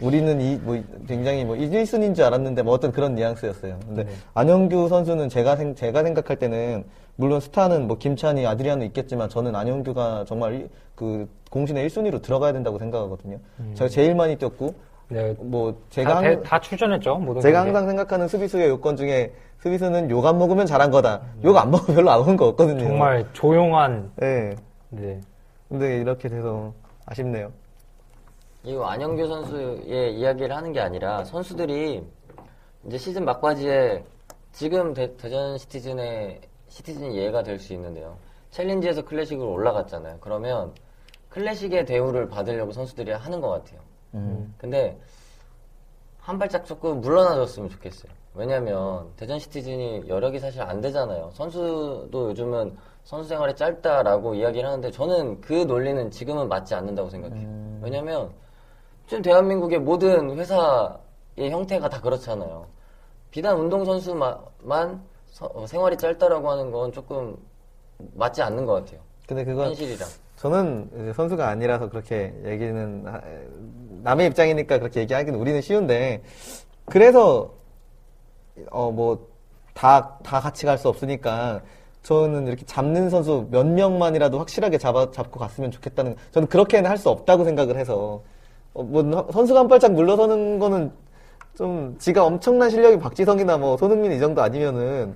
Speaker 2: 우리는 이, 뭐, 굉장히 뭐, 1순위인 줄 알았는데, 뭐, 어떤 그런 뉘앙스였어요. 근데,
Speaker 1: 네.
Speaker 2: 안영규 선수는 제가, 생, 제가 생각할 때는, 물론 스타는 뭐, 김찬이, 아드리아는 있겠지만, 저는 안영규가 정말 일- 그, 공신의 1순위로 들어가야 된다고 생각하거든요. 제가 제일 많이 뛰었고,
Speaker 1: 네,
Speaker 2: 뭐, 제가,
Speaker 1: 음. 다,
Speaker 2: 항-
Speaker 1: 대- 다 출전했죠. 모든
Speaker 2: 제가
Speaker 1: 경기에.
Speaker 2: 항상 생각하는 수비수의 요건 중에, 수비수는 욕 안 먹으면 잘한 거다. 욕 안 먹으면 별로 안 먹은 거 없거든요.
Speaker 1: 음. 정말 조용한
Speaker 2: 예.
Speaker 1: 네,
Speaker 2: 근데 이렇게 돼서 아쉽네요.
Speaker 3: 이 안영규 선수의 이야기를 하는 게 아니라 선수들이 이제 시즌 막바지에 지금 대, 전 시티즌의 시티즌이 예가 될 수 있는데요. 챌린지에서 클래식으로 올라갔잖아요. 그러면 클래식의 대우를 받으려고 선수들이 하는 것 같아요.
Speaker 1: 음.
Speaker 3: 근데 한 발짝 조금 물러나줬으면 좋겠어요. 왜냐면 대전 시티즌이 여력이 사실 안 되잖아요. 선수도 요즘은 선수 생활이 짧다라고 이야기를 하는데 저는 그 논리는 지금은 맞지 않는다고 생각해요.
Speaker 2: 음.
Speaker 3: 왜냐면 지금 대한민국의 모든 회사의 형태가 다 그렇잖아요. 비단 운동선수만 서- 어, 생활이 짧다라고 하는 건 조금 맞지 않는 것 같아요.
Speaker 2: 근데 그건
Speaker 3: 현실이랑.
Speaker 2: 저는 이제 선수가 아니라서 그렇게 얘기는 하- 남의 입장이니까 그렇게 얘기하기는 우리는 쉬운데 그래서 어 뭐 다 다 같이 갈 수 없으니까 저는 이렇게 잡는 선수 몇 명만이라도 확실하게 잡아 잡고 갔으면 좋겠다는 저는 그렇게는 할 수 없다고 생각을 해서 어, 뭐 선수가 한 발짝 물러서는 거는 좀 지가 엄청난 실력이 박지성이나 뭐 손흥민 이 정도 아니면은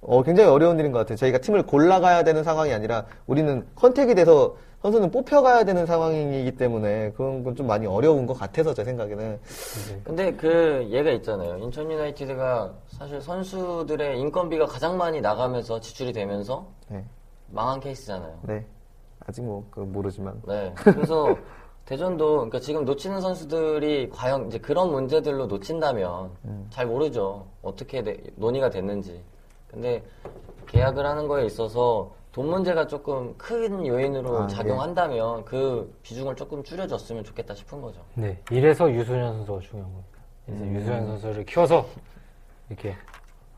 Speaker 2: 어, 굉장히 어려운 일인 것 같아요. 저희가 팀을 골라가야 되는 상황이 아니라 우리는 컨택이 돼서 선수는 뽑혀가야 되는 상황이기 때문에 그런 건 좀 많이 어려운 것 같아서 제 생각에는
Speaker 3: 근데 그 얘가 있잖아요. 인천 유나이티드가 사실 선수들의 인건비가 가장 많이 나가면서 지출이 되면서
Speaker 2: 네,
Speaker 3: 망한 케이스잖아요.
Speaker 2: 네. 아직 뭐 그건 모르지만
Speaker 3: 네.
Speaker 1: [LAUGHS]
Speaker 3: 그래서 대전도 그러니까 지금 놓치는 선수들이 과연 이제 그런 문제들로 놓친다면
Speaker 1: 음.
Speaker 3: 잘 모르죠. 어떻게 돼- 논의가 됐는지. 근데 계약을 하는 거에 있어서 돈 문제가 조금 큰 요인으로
Speaker 2: 아,
Speaker 1: 네.
Speaker 3: 작용한다면 그 비중을 조금 줄여줬으면 좋겠다 싶은 거죠.
Speaker 1: 네, 이래서 유소년 선수가 중요한 겁니다. 그래서 유소년 선수를 키워서 이렇게
Speaker 2: 열정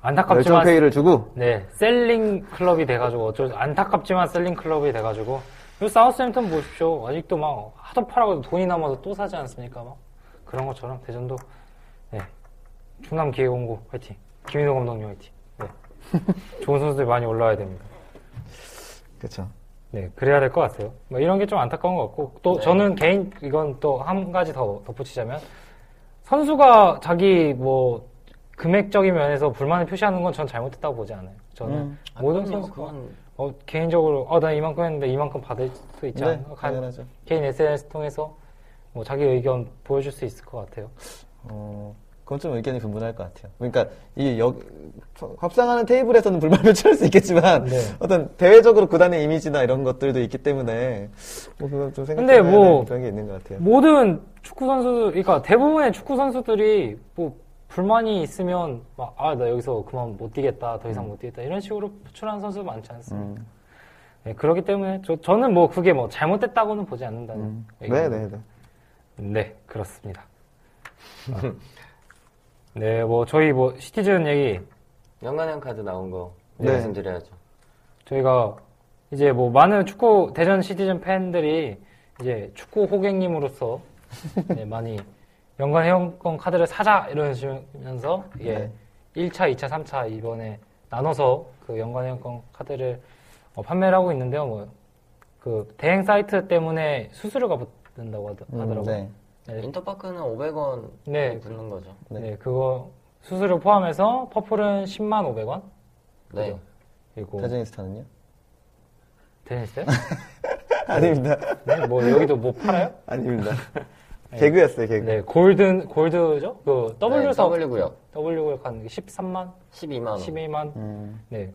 Speaker 1: 안타깝지만
Speaker 2: 페이를 주고
Speaker 1: 네, 셀링 클럽이 돼가지고 어쩔 수- 안타깝지만 셀링 클럽이 돼가지고 그 사우스햄튼 보십시오. 아직도 막 하도 팔아가지고 돈이 남아서 또 사지 않습니까? 막 그런 것처럼 대전도 네, 충남 기회공고 화이팅. 김인호 감독님 화이팅. 네. 좋은 선수들 많이 올라와야 됩니다.
Speaker 2: 그렇죠.
Speaker 1: 네, 그래야 될 것 같아요. 뭐 이런 게 좀 안타까운 것 같고 또
Speaker 3: 네.
Speaker 1: 저는 개인 이건 또 한 가지 더 덧붙이자면 선수가 자기 뭐 금액적인 면에서 불만을 표시하는 건 전 잘못했다고 보지 않아요. 저는 모든
Speaker 3: 음. 아니요,
Speaker 1: 선수가
Speaker 3: 그건
Speaker 1: 어, 개인적으로 어, 나 이만큼 했는데 이만큼 받을 수 있지
Speaker 2: 네,
Speaker 1: 않나? 가-
Speaker 2: 당연하죠.
Speaker 1: 개인 SNS 통해서 뭐 자기 의견 보여줄 수 있을 것 같아요.
Speaker 2: 어, 그건 좀 의견이 분분할 것 같아요. 그러니까 이 여, 협상하는 테이블에서는 불만을 [LAUGHS] 치를 수 있겠지만
Speaker 1: 네.
Speaker 2: 어떤 대외적으로 구단의 이미지나 이런 것들도 있기 때문에 뭐 그건 좀
Speaker 1: 근데
Speaker 2: 생각해야
Speaker 1: 뭐-
Speaker 2: 되는 그런 게 있는 것 같아요.
Speaker 1: 모든 축구 선수들, 그러니까 대부분의 축구 선수들이 뭐 불만이 있으면 막 아 나 여기서 그만 못 뛰겠다, 더
Speaker 2: 음.
Speaker 1: 이상 못 뛰겠다 이런 식으로 표출하는 선수 많지 않습니까? 네, 그렇기 때문에 저, 저는 뭐 그게 뭐 잘못됐다고는 보지 않는다는. 얘기입니다.
Speaker 2: 네, 네, 네.
Speaker 1: 네, 그렇습니다. 아. 네, 뭐 저희 뭐 시티즌 얘기
Speaker 3: 연간형 카드 나온 거
Speaker 2: 네.
Speaker 3: 말씀드려야죠.
Speaker 1: 저희가 이제 뭐 많은 축구 대전 시티즌 팬들이 이제 축구
Speaker 2: [LAUGHS]
Speaker 1: 호객님으로서 네, 많이 연간 회원권 카드를 사자 이러시면서 이게
Speaker 2: 네.
Speaker 1: 1차, 2차, 3차 이번에 나눠서 그 연간 회원권 카드를 어, 판매를 하고 있는데요. 뭐 그 대행 사이트 때문에 수수료가 붙는다고 하더,
Speaker 2: 음,
Speaker 1: 라고요
Speaker 2: 네.
Speaker 1: 네.
Speaker 3: 인터파크는 500원
Speaker 1: 네.
Speaker 3: 붙는 거죠.
Speaker 2: 네.
Speaker 1: 네, 그거 수수료 포함해서 퍼플은 10만 500원
Speaker 3: 네.
Speaker 1: 그리고
Speaker 2: 타지니스타는요? [LAUGHS]
Speaker 1: 대전시대?
Speaker 2: 아닙니다.
Speaker 1: 네, 뭐 여기도 뭐 팔아요?
Speaker 2: 아닙니다.
Speaker 1: [LAUGHS]
Speaker 2: 개그였어요, 개그.
Speaker 1: 네, 골든 골드죠? 그 W 사업
Speaker 3: 네, W 아. 구역
Speaker 1: W를 간 13만,
Speaker 3: 12만 원.
Speaker 1: 12만.
Speaker 2: 음,
Speaker 1: 네.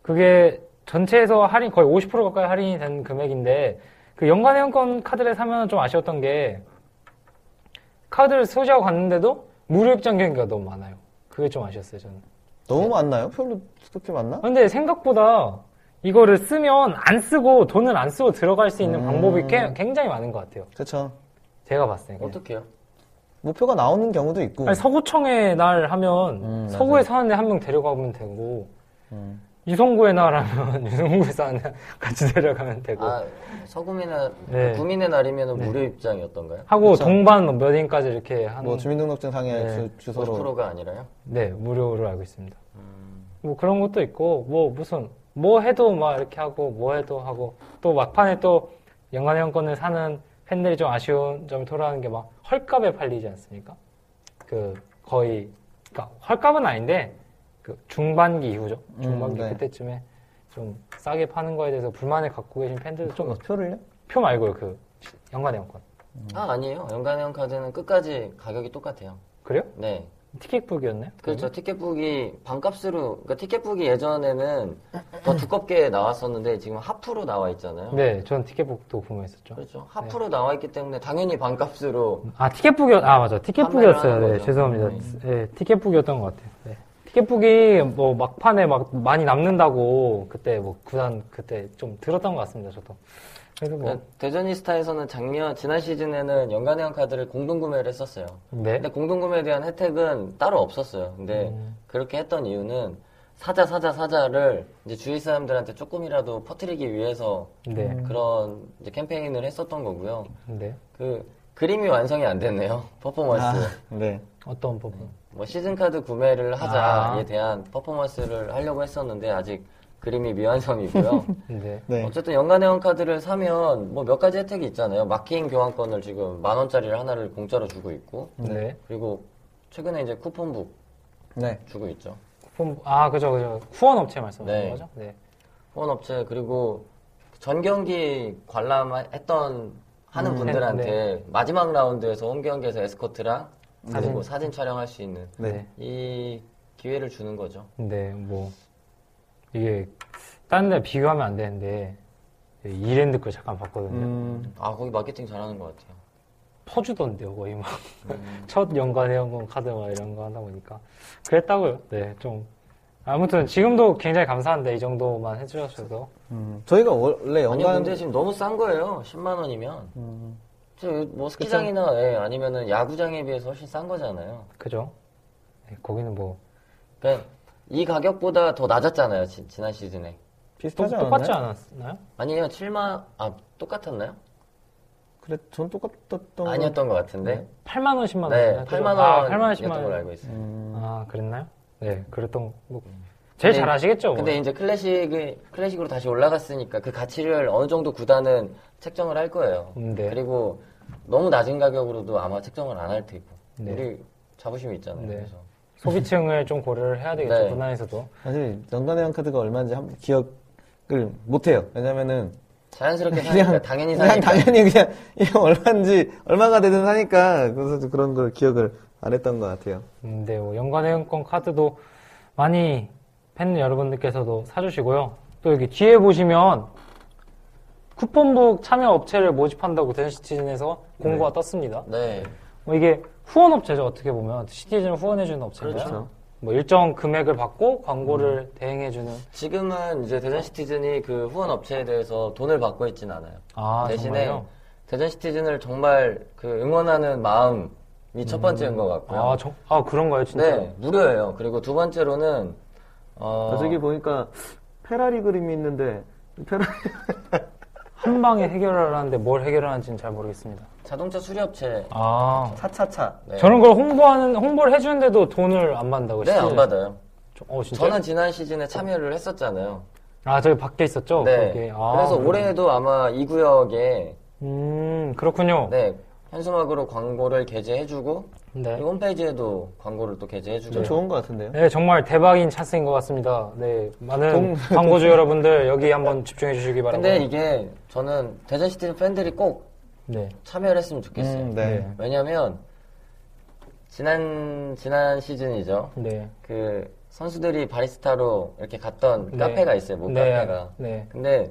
Speaker 1: 그게 전체에서 할인 거의 50% 가까이 할인이 된 금액인데 그 연간 회원권 카드를 사면 좀 아쉬웠던 게 카드를 소지하고 갔는데도 무료 입장 경기가 너무 많아요. 그게 좀 아쉬웠어요, 저는.
Speaker 2: 너무 많나요? 별로 그렇게 많나?
Speaker 1: 근데 생각보다 이거를 쓰면 안 쓰고 돈을 안 쓰고 들어갈 수 있는
Speaker 2: 음.
Speaker 1: 방법이 꽤- 굉장히 많은 것 같아요.
Speaker 2: 그렇죠.
Speaker 1: 제가 봤을 때.
Speaker 3: 어떻게요?
Speaker 2: 목표가 나오는 경우도 있고.
Speaker 1: 아니, 서구청의 날 하면
Speaker 2: 어. 음,
Speaker 1: 서구에 사는 애 한 명 데려가면 되고
Speaker 2: 음.
Speaker 1: 유성구의 날 하면 [LAUGHS] 유성구에 사는 애 같이 데려가면 되고
Speaker 3: 아 서구민의 날,
Speaker 1: 네.
Speaker 3: 구민의 날이면 무료 입장이었던가요?
Speaker 1: 하고
Speaker 2: 그쵸.
Speaker 1: 동반 몇 인까지 이렇게 하는
Speaker 2: 뭐 주민등록증 상에
Speaker 1: 네.
Speaker 2: 주- 주소로
Speaker 3: 50%가 아니라요?
Speaker 1: 네 무료로 알고 있습니다.
Speaker 3: 음.
Speaker 1: 뭐 그런 것도 있고 뭐 무슨 뭐 해도 막 이렇게 하고 뭐 해도 하고 또 막판에 또 연간 회원권을 사는 팬들이 좀 아쉬운 점을 토로하는 게 막 헐값에 팔리지 않습니까? 그 거의 그러니까 헐값은 아닌데 그 중반기 이후죠.
Speaker 2: 음,
Speaker 1: 중반기
Speaker 2: 네.
Speaker 1: 그때쯤에 좀 싸게 파는 거에 대해서 불만을 갖고 계신 팬들도 좀
Speaker 2: 표를요?
Speaker 1: 표 말고요 그 연간 회원권
Speaker 3: 아, 아니에요. 연간회원 카드는 끝까지 가격이 똑같아요.
Speaker 1: 그래요?
Speaker 3: 네.
Speaker 1: 티켓북이었나요?
Speaker 3: 그렇죠. 티켓북이 반값으로, 그러니까 티켓북이 예전에는 더 두껍게 나왔었는데 지금 하프로 나와 있잖아요.
Speaker 1: 네, 전 티켓북도 구매했었죠.
Speaker 3: 그렇죠. 하프로 나와 있기 때문에 당연히 반값으로
Speaker 1: 아, 티켓북이었, 아, 맞아.
Speaker 3: 판매를
Speaker 1: 티켓북이었어요.
Speaker 3: 하는
Speaker 1: 네,
Speaker 3: 거죠. 음.
Speaker 1: 죄송합니다. 네, 티켓북이었던 것 같아요. 네. 티켓북이 뭐 막판에 막 많이 남는다고 그때 뭐 구단 그때 좀 들었던 것 같습니다, 저도. 그래서 뭐,
Speaker 3: 그러니까 대전이스타에서는 작년 지난 시즌에는 연간회원 카드를 공동 구매를 했었어요.
Speaker 1: 네.
Speaker 3: 근데 공동 구매에 대한 혜택은 따로 없었어요. 근데
Speaker 1: 음.
Speaker 3: 그렇게 했던 이유는 사자 사자 사자를 이제 주위 사람들한테 조금이라도 퍼뜨리기 위해서
Speaker 1: 네.
Speaker 3: 그런 이제 캠페인을 했었던 거고요.
Speaker 1: 네.
Speaker 3: 그 그림이 완성이 안 됐네요. [LAUGHS]
Speaker 1: 아,
Speaker 3: 퍼포먼스.
Speaker 2: 네.
Speaker 1: 어떤 부분?
Speaker 3: 뭐 시즌 카드 구매를 하자에
Speaker 1: 아.
Speaker 3: 대한 퍼포먼스를 하려고 했었는데 아직 그림이 미완성이고요.
Speaker 1: [LAUGHS] 네.
Speaker 2: 네.
Speaker 3: 어쨌든 연간 회원 카드를 사면 뭐 몇 가지 혜택이 있잖아요. 마킹 교환권을 지금 만 원짜리를 하나를 공짜로 주고 있고
Speaker 1: 네.
Speaker 3: 그리고 최근에 이제 쿠폰북
Speaker 2: 네.
Speaker 3: 주고 있죠.
Speaker 1: 쿠폰, 아, 그죠, 그죠. 후원 업체 말씀하시는
Speaker 3: 네.
Speaker 1: 거죠? 네.
Speaker 3: 후원 업체 그리고 전 경기 관람했던 하는 분들한테 마지막 라운드에서 홈 경기에서 에스코트랑 그리고 네. 사진 촬영할 수 있는
Speaker 1: 네.
Speaker 3: 이 기회를 주는 거죠.
Speaker 1: 근데 뭐 이게 다른 데 비교하면 안 되는데 이랜드 걸 잠깐 봤거든요.
Speaker 2: 음,
Speaker 3: 아 거기 마케팅 잘하는 것 같아요.
Speaker 1: 퍼주던데요, 거의 막. [LAUGHS]
Speaker 3: 음.
Speaker 1: 첫 연간 회원권 카드 막 이런 거 하다 보니까. 그랬다고요. 네, 좀. 아무튼 지금도 굉장히 감사한데 이 정도만 해주셔서.
Speaker 2: 음. 저희가 원래 음,
Speaker 3: 아니
Speaker 2: 연간
Speaker 3: 근데 지금 너무 싼 거예요. 10만 원이면. 저 뭐 스키장이나 예, 아니면은 야구장에 비해서 훨씬 싼 거잖아요.
Speaker 1: 그죠? 네, 거기는 뭐
Speaker 3: 그러니까 이 가격보다 더 낮았잖아요. 지, 지난 시즌에.
Speaker 1: 똑-
Speaker 2: 비슷하지 않았나요?
Speaker 1: 똑같지 않았나요?
Speaker 3: 아니에요. 7만 아 똑같았나요?
Speaker 2: 그래, 전 똑같았던.
Speaker 3: 아니었던 것 같은데.
Speaker 1: 8만 원, 10만 원.
Speaker 3: 네, 8만
Speaker 1: 아, 8만 원, 10만
Speaker 3: 원이었던 걸로
Speaker 1: 원.
Speaker 3: 알고 있어요.
Speaker 2: 음,
Speaker 1: 아, 그랬나요? 네, 그랬던 뭐 제일
Speaker 3: 근데-
Speaker 1: 잘 아시겠죠? 뭐.
Speaker 3: 근데 이제 클래식이 클래식으로 다시 올라갔으니까 그 가치를 어느 정도 구단은 책정을 할 거예요.
Speaker 1: 음, 네.
Speaker 3: 그리고 너무 낮은 가격으로도 아마 책정을 안 할 테고.
Speaker 1: 네.
Speaker 3: 우리 자부심이 있잖아요.
Speaker 1: 네.
Speaker 3: 그래서.
Speaker 1: 소비층을 좀 고려를 해야 되겠죠,
Speaker 3: 네.
Speaker 1: 분할에서도.
Speaker 2: 사실 연간회원 카드가 얼마인지 한, 기억을 못해요. 왜냐면은
Speaker 3: 자연스럽게 사니까
Speaker 2: 그냥
Speaker 3: 당연히
Speaker 2: 그냥
Speaker 3: 사니까.
Speaker 2: 당연히 그냥 이게 얼마인지 얼마가 되든 사니까 그래서 그런 걸 기억을 안 했던 것 같아요.
Speaker 1: 음, 네, 뭐 연간 회원권 카드도 많이 팬 여러분들께서도 사주시고요. 또 여기 뒤에 보시면 쿠폰북 참여 업체를 모집한다고 덴시티즌에서 공고가 떴습니다.
Speaker 3: 네.
Speaker 1: 뭐 이게 후원 업체죠 어떻게 보면 시티즌을 후원해주는 업체인가요?
Speaker 3: 그렇죠. 음.
Speaker 1: 뭐 일정 금액을 받고 광고를 대행해주는
Speaker 3: 지금은 이제 대전 시티즌이 그 후원 업체에 대해서 돈을 받고 있진 않아요.
Speaker 1: 아
Speaker 3: 대신에
Speaker 1: 정말요?
Speaker 3: 대전 시티즌을 정말 그 응원하는 마음이 첫 번째인 것 같고요.
Speaker 1: 아, 정, 아 그런가요 진짜?
Speaker 3: 네, 무료예요. 그리고 두 번째로는 어,
Speaker 2: 아, 저기 보니까 페라리 그림이 있는데 페라리
Speaker 1: 한 방에 해결하라는데 뭘 해결하는지는 잘 모르겠습니다.
Speaker 3: 자동차 수리업체
Speaker 1: 아
Speaker 2: 차차차.
Speaker 3: 네.
Speaker 1: 저런 걸 홍보하는 홍보를 해주는데도 돈을 안 받는다고
Speaker 3: 네, 안
Speaker 1: 시티즌.
Speaker 3: 받아요.
Speaker 1: 저- 어 진짜?
Speaker 3: 저는 지난 시즌에 참여를 했었잖아요.
Speaker 1: 아, 저기 밖에 있었죠? 거기.
Speaker 3: 네.
Speaker 1: 아,
Speaker 3: 그래서
Speaker 1: 그렇군요.
Speaker 3: 올해에도 아마 이 구역에
Speaker 1: 음, 그렇군요. 네.
Speaker 3: 네, 현수막으로 광고를 게재해주고
Speaker 1: 네.
Speaker 3: 그리고 홈페이지에도 광고를 또 게재해주고
Speaker 2: 좀 좋은 것
Speaker 3: 네.
Speaker 2: 같은데요.
Speaker 1: 네, 정말 대박인 찬스인 것 같습니다. 네. 많은
Speaker 2: 동-
Speaker 1: 광고주 여러분들, 여기 한번 집중해 주시기 바랍니다.
Speaker 3: 근데 이게 저는 대전시티즌 팬들이 꼭
Speaker 1: 네.
Speaker 3: 참여를 했으면 좋겠어요.
Speaker 2: 음, 네.
Speaker 1: 네.
Speaker 3: 왜냐면 지난 지난 시즌이죠.
Speaker 1: 네.
Speaker 3: 그 선수들이 바리스타로 이렇게 갔던
Speaker 1: 네.
Speaker 3: 카페가 있어요. 모
Speaker 1: 네.
Speaker 3: 카페가.
Speaker 1: 네.
Speaker 3: 근데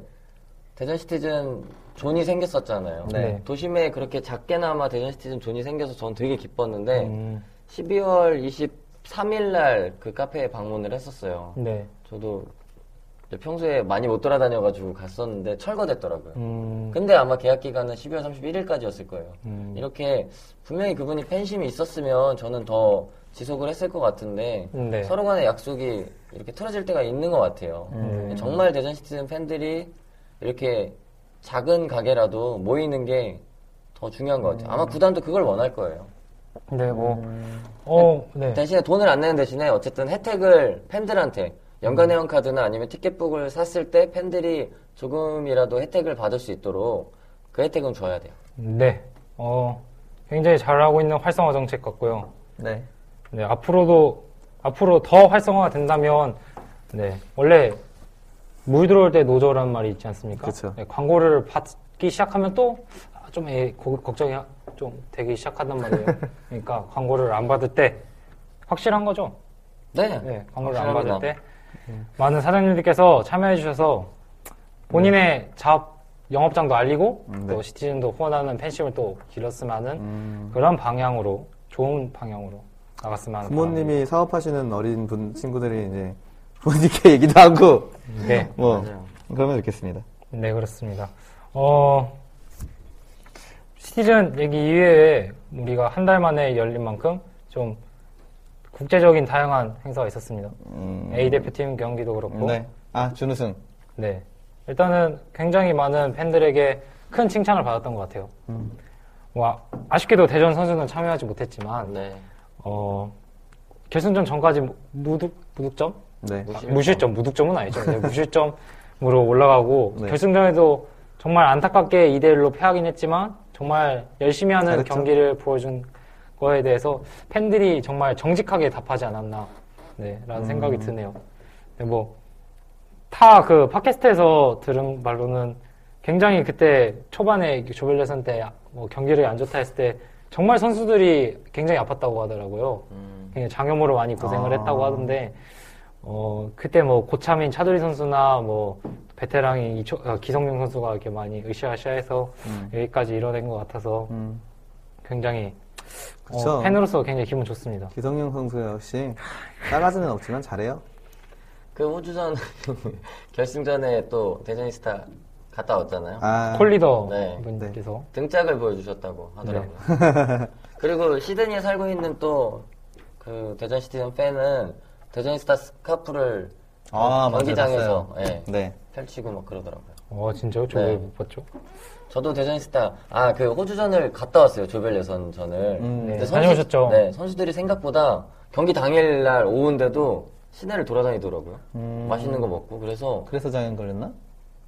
Speaker 3: 대전시티즌 존이 생겼었잖아요.
Speaker 1: 네.
Speaker 3: 도심에 그렇게 작게나마 대전시티즌 존이 생겨서 전 되게 기뻤는데
Speaker 1: 음,
Speaker 3: 12월 23일 날 그 카페에 방문을 했었어요.
Speaker 1: 네.
Speaker 3: 저도 이제 평소에 많이 못 돌아다녀가지고 갔었는데 철거됐더라고요.
Speaker 1: 음,
Speaker 3: 근데 아마 계약 기간은 12월 31일까지였을 거예요.
Speaker 1: 음.
Speaker 3: 이렇게 분명히 그분이 팬심이 있었으면 저는 더 지속을 했을 것 같은데
Speaker 1: 네.
Speaker 3: 서로 간의 약속이 이렇게 틀어질 때가 있는 것 같아요.
Speaker 1: 음.
Speaker 3: 정말 대전 시티즌 팬들이 이렇게 작은 가게라도 모이는 게 더 중요한 것 같아요. 아마
Speaker 1: 음.
Speaker 3: 구단도 그걸 원할 거예요.
Speaker 1: 네, 뭐.
Speaker 3: 음.
Speaker 1: 어, 네.
Speaker 3: 대신에 돈을 안 내는 대신에 어쨌든 혜택을 팬들한테
Speaker 1: 음.
Speaker 3: 연간 회원 카드나 아니면 티켓북을 샀을 때 팬들이 조금이라도 혜택을 받을 수 있도록 그 혜택은 줘야 돼요.
Speaker 1: 네. 어, 굉장히 잘하고 있는 활성화 정책 같고요.
Speaker 2: 네.
Speaker 1: 네, 앞으로도, 앞으로 더 활성화가 된다면, 네, 원래 물 들어올 때 노조라는 말이 있지 않습니까?
Speaker 2: 그쵸.
Speaker 1: 네, 광고를 받기 시작하면 또 좀 애- 고- 걱정이 하- 좀 되기 시작한단
Speaker 2: [LAUGHS]
Speaker 1: 말이에요. 그러니까 광고를 안 받을 때 확실한 거죠.
Speaker 3: 네.
Speaker 1: 네, 광고를 안
Speaker 3: 확실합니다.
Speaker 1: 받을 때 많은 사장님들께서 참여해 주셔서 본인의 자업 영업장도 알리고
Speaker 2: 네. 음,
Speaker 1: 또
Speaker 2: 네.
Speaker 1: 시티즌도 후원하는 팬심을 또 길렀으면 하는
Speaker 2: 음.
Speaker 1: 그런 방향으로 좋은 방향으로 나갔으면 하는
Speaker 2: 부모님이 사업하시는 어린 분 친구들이 이제 부모님께 얘기도 하고
Speaker 1: 바람. 네,
Speaker 2: 뭐
Speaker 3: 맞아요.
Speaker 2: 그러면 좋겠습니다.
Speaker 1: 네 그렇습니다. 어 시티즌 얘기 이외에 우리가 한 달 만에 열린 만큼 좀 국제적인 다양한 행사가 있었습니다.
Speaker 2: 음,
Speaker 1: A 대표팀 경기도
Speaker 3: 어?
Speaker 1: 그렇고
Speaker 2: 네. 아 준우승.
Speaker 1: 네. 일단은 굉장히 많은 팬들에게 큰 칭찬을 받았던 것 같아요.
Speaker 2: 음.
Speaker 1: 와, 아쉽게도 대전 선수는 참여하지 못했지만,
Speaker 3: 네.
Speaker 1: 어, 결승전 전까지 무득, 무득점?
Speaker 2: 네.
Speaker 1: 아, 무실점, 무득점은 아니죠. 네, 무실점으로 올라가고,
Speaker 2: [LAUGHS] 네.
Speaker 1: 결승전에도 정말 안타깝게 2대1로 패하긴 했지만, 정말 열심히 하는
Speaker 2: 잘했죠.
Speaker 1: 경기를 보여준 거에 대해서 팬들이 정말 정직하게 답하지 않았나, 네,
Speaker 2: 음.
Speaker 1: 라는 생각이 드네요. 네, 뭐, 타 그 팟캐스트에서 들은 말로는 굉장히 그때 초반에 조별 예선 때뭐 경기력이 안 좋다 했을 때 정말 선수들이 굉장히 아팠다고 하더라고요.
Speaker 3: 음,
Speaker 1: 굉장히 장염으로 많이 고생을
Speaker 2: 아.
Speaker 1: 했다고 하던데 어 그때 뭐 고참인 차두리 선수나 뭐 베테랑인 이초- 어, 기성용 선수가 이렇게 많이 으쌰으쌰해서
Speaker 2: 음.
Speaker 1: 여기까지 이뤄낸 것 같아서
Speaker 2: 음.
Speaker 1: 굉장히 어,
Speaker 2: 그쵸.
Speaker 1: 팬으로서 굉장히 기분 좋습니다.
Speaker 2: 기성용 선수 역시 따가지는 없지만 잘해요.
Speaker 3: 그 호주전 [LAUGHS] 결승전에 또 대전스타 갔다 왔잖아요.
Speaker 2: 아,
Speaker 1: 콜리더
Speaker 3: 네.
Speaker 1: 분께서
Speaker 3: 등짝을 보여주셨다고
Speaker 2: 네.
Speaker 3: 하더라고요.
Speaker 2: [LAUGHS]
Speaker 3: 그리고 시드니에 살고 있는 또 그 대전 시티즌 팬은 대전 스타 스카프를
Speaker 2: 아,
Speaker 3: 경기장에서 예,
Speaker 2: 네.
Speaker 3: 펼치고 막 그러더라고요.
Speaker 1: 어 진짜요?
Speaker 3: 네.
Speaker 1: 저왜못 봤죠?
Speaker 3: 저도 대전 스타 아 그 호주전을 갔다 왔어요 조별 예선 전을.
Speaker 2: 음,
Speaker 1: 네, 다녀오셨죠?
Speaker 3: 네 선수들이 생각보다 경기 당일 날 오는데도 시내를 돌아다니더라고요.
Speaker 2: 음.
Speaker 3: 맛있는 거 먹고 그래서
Speaker 2: 그래서 장염 걸렸나?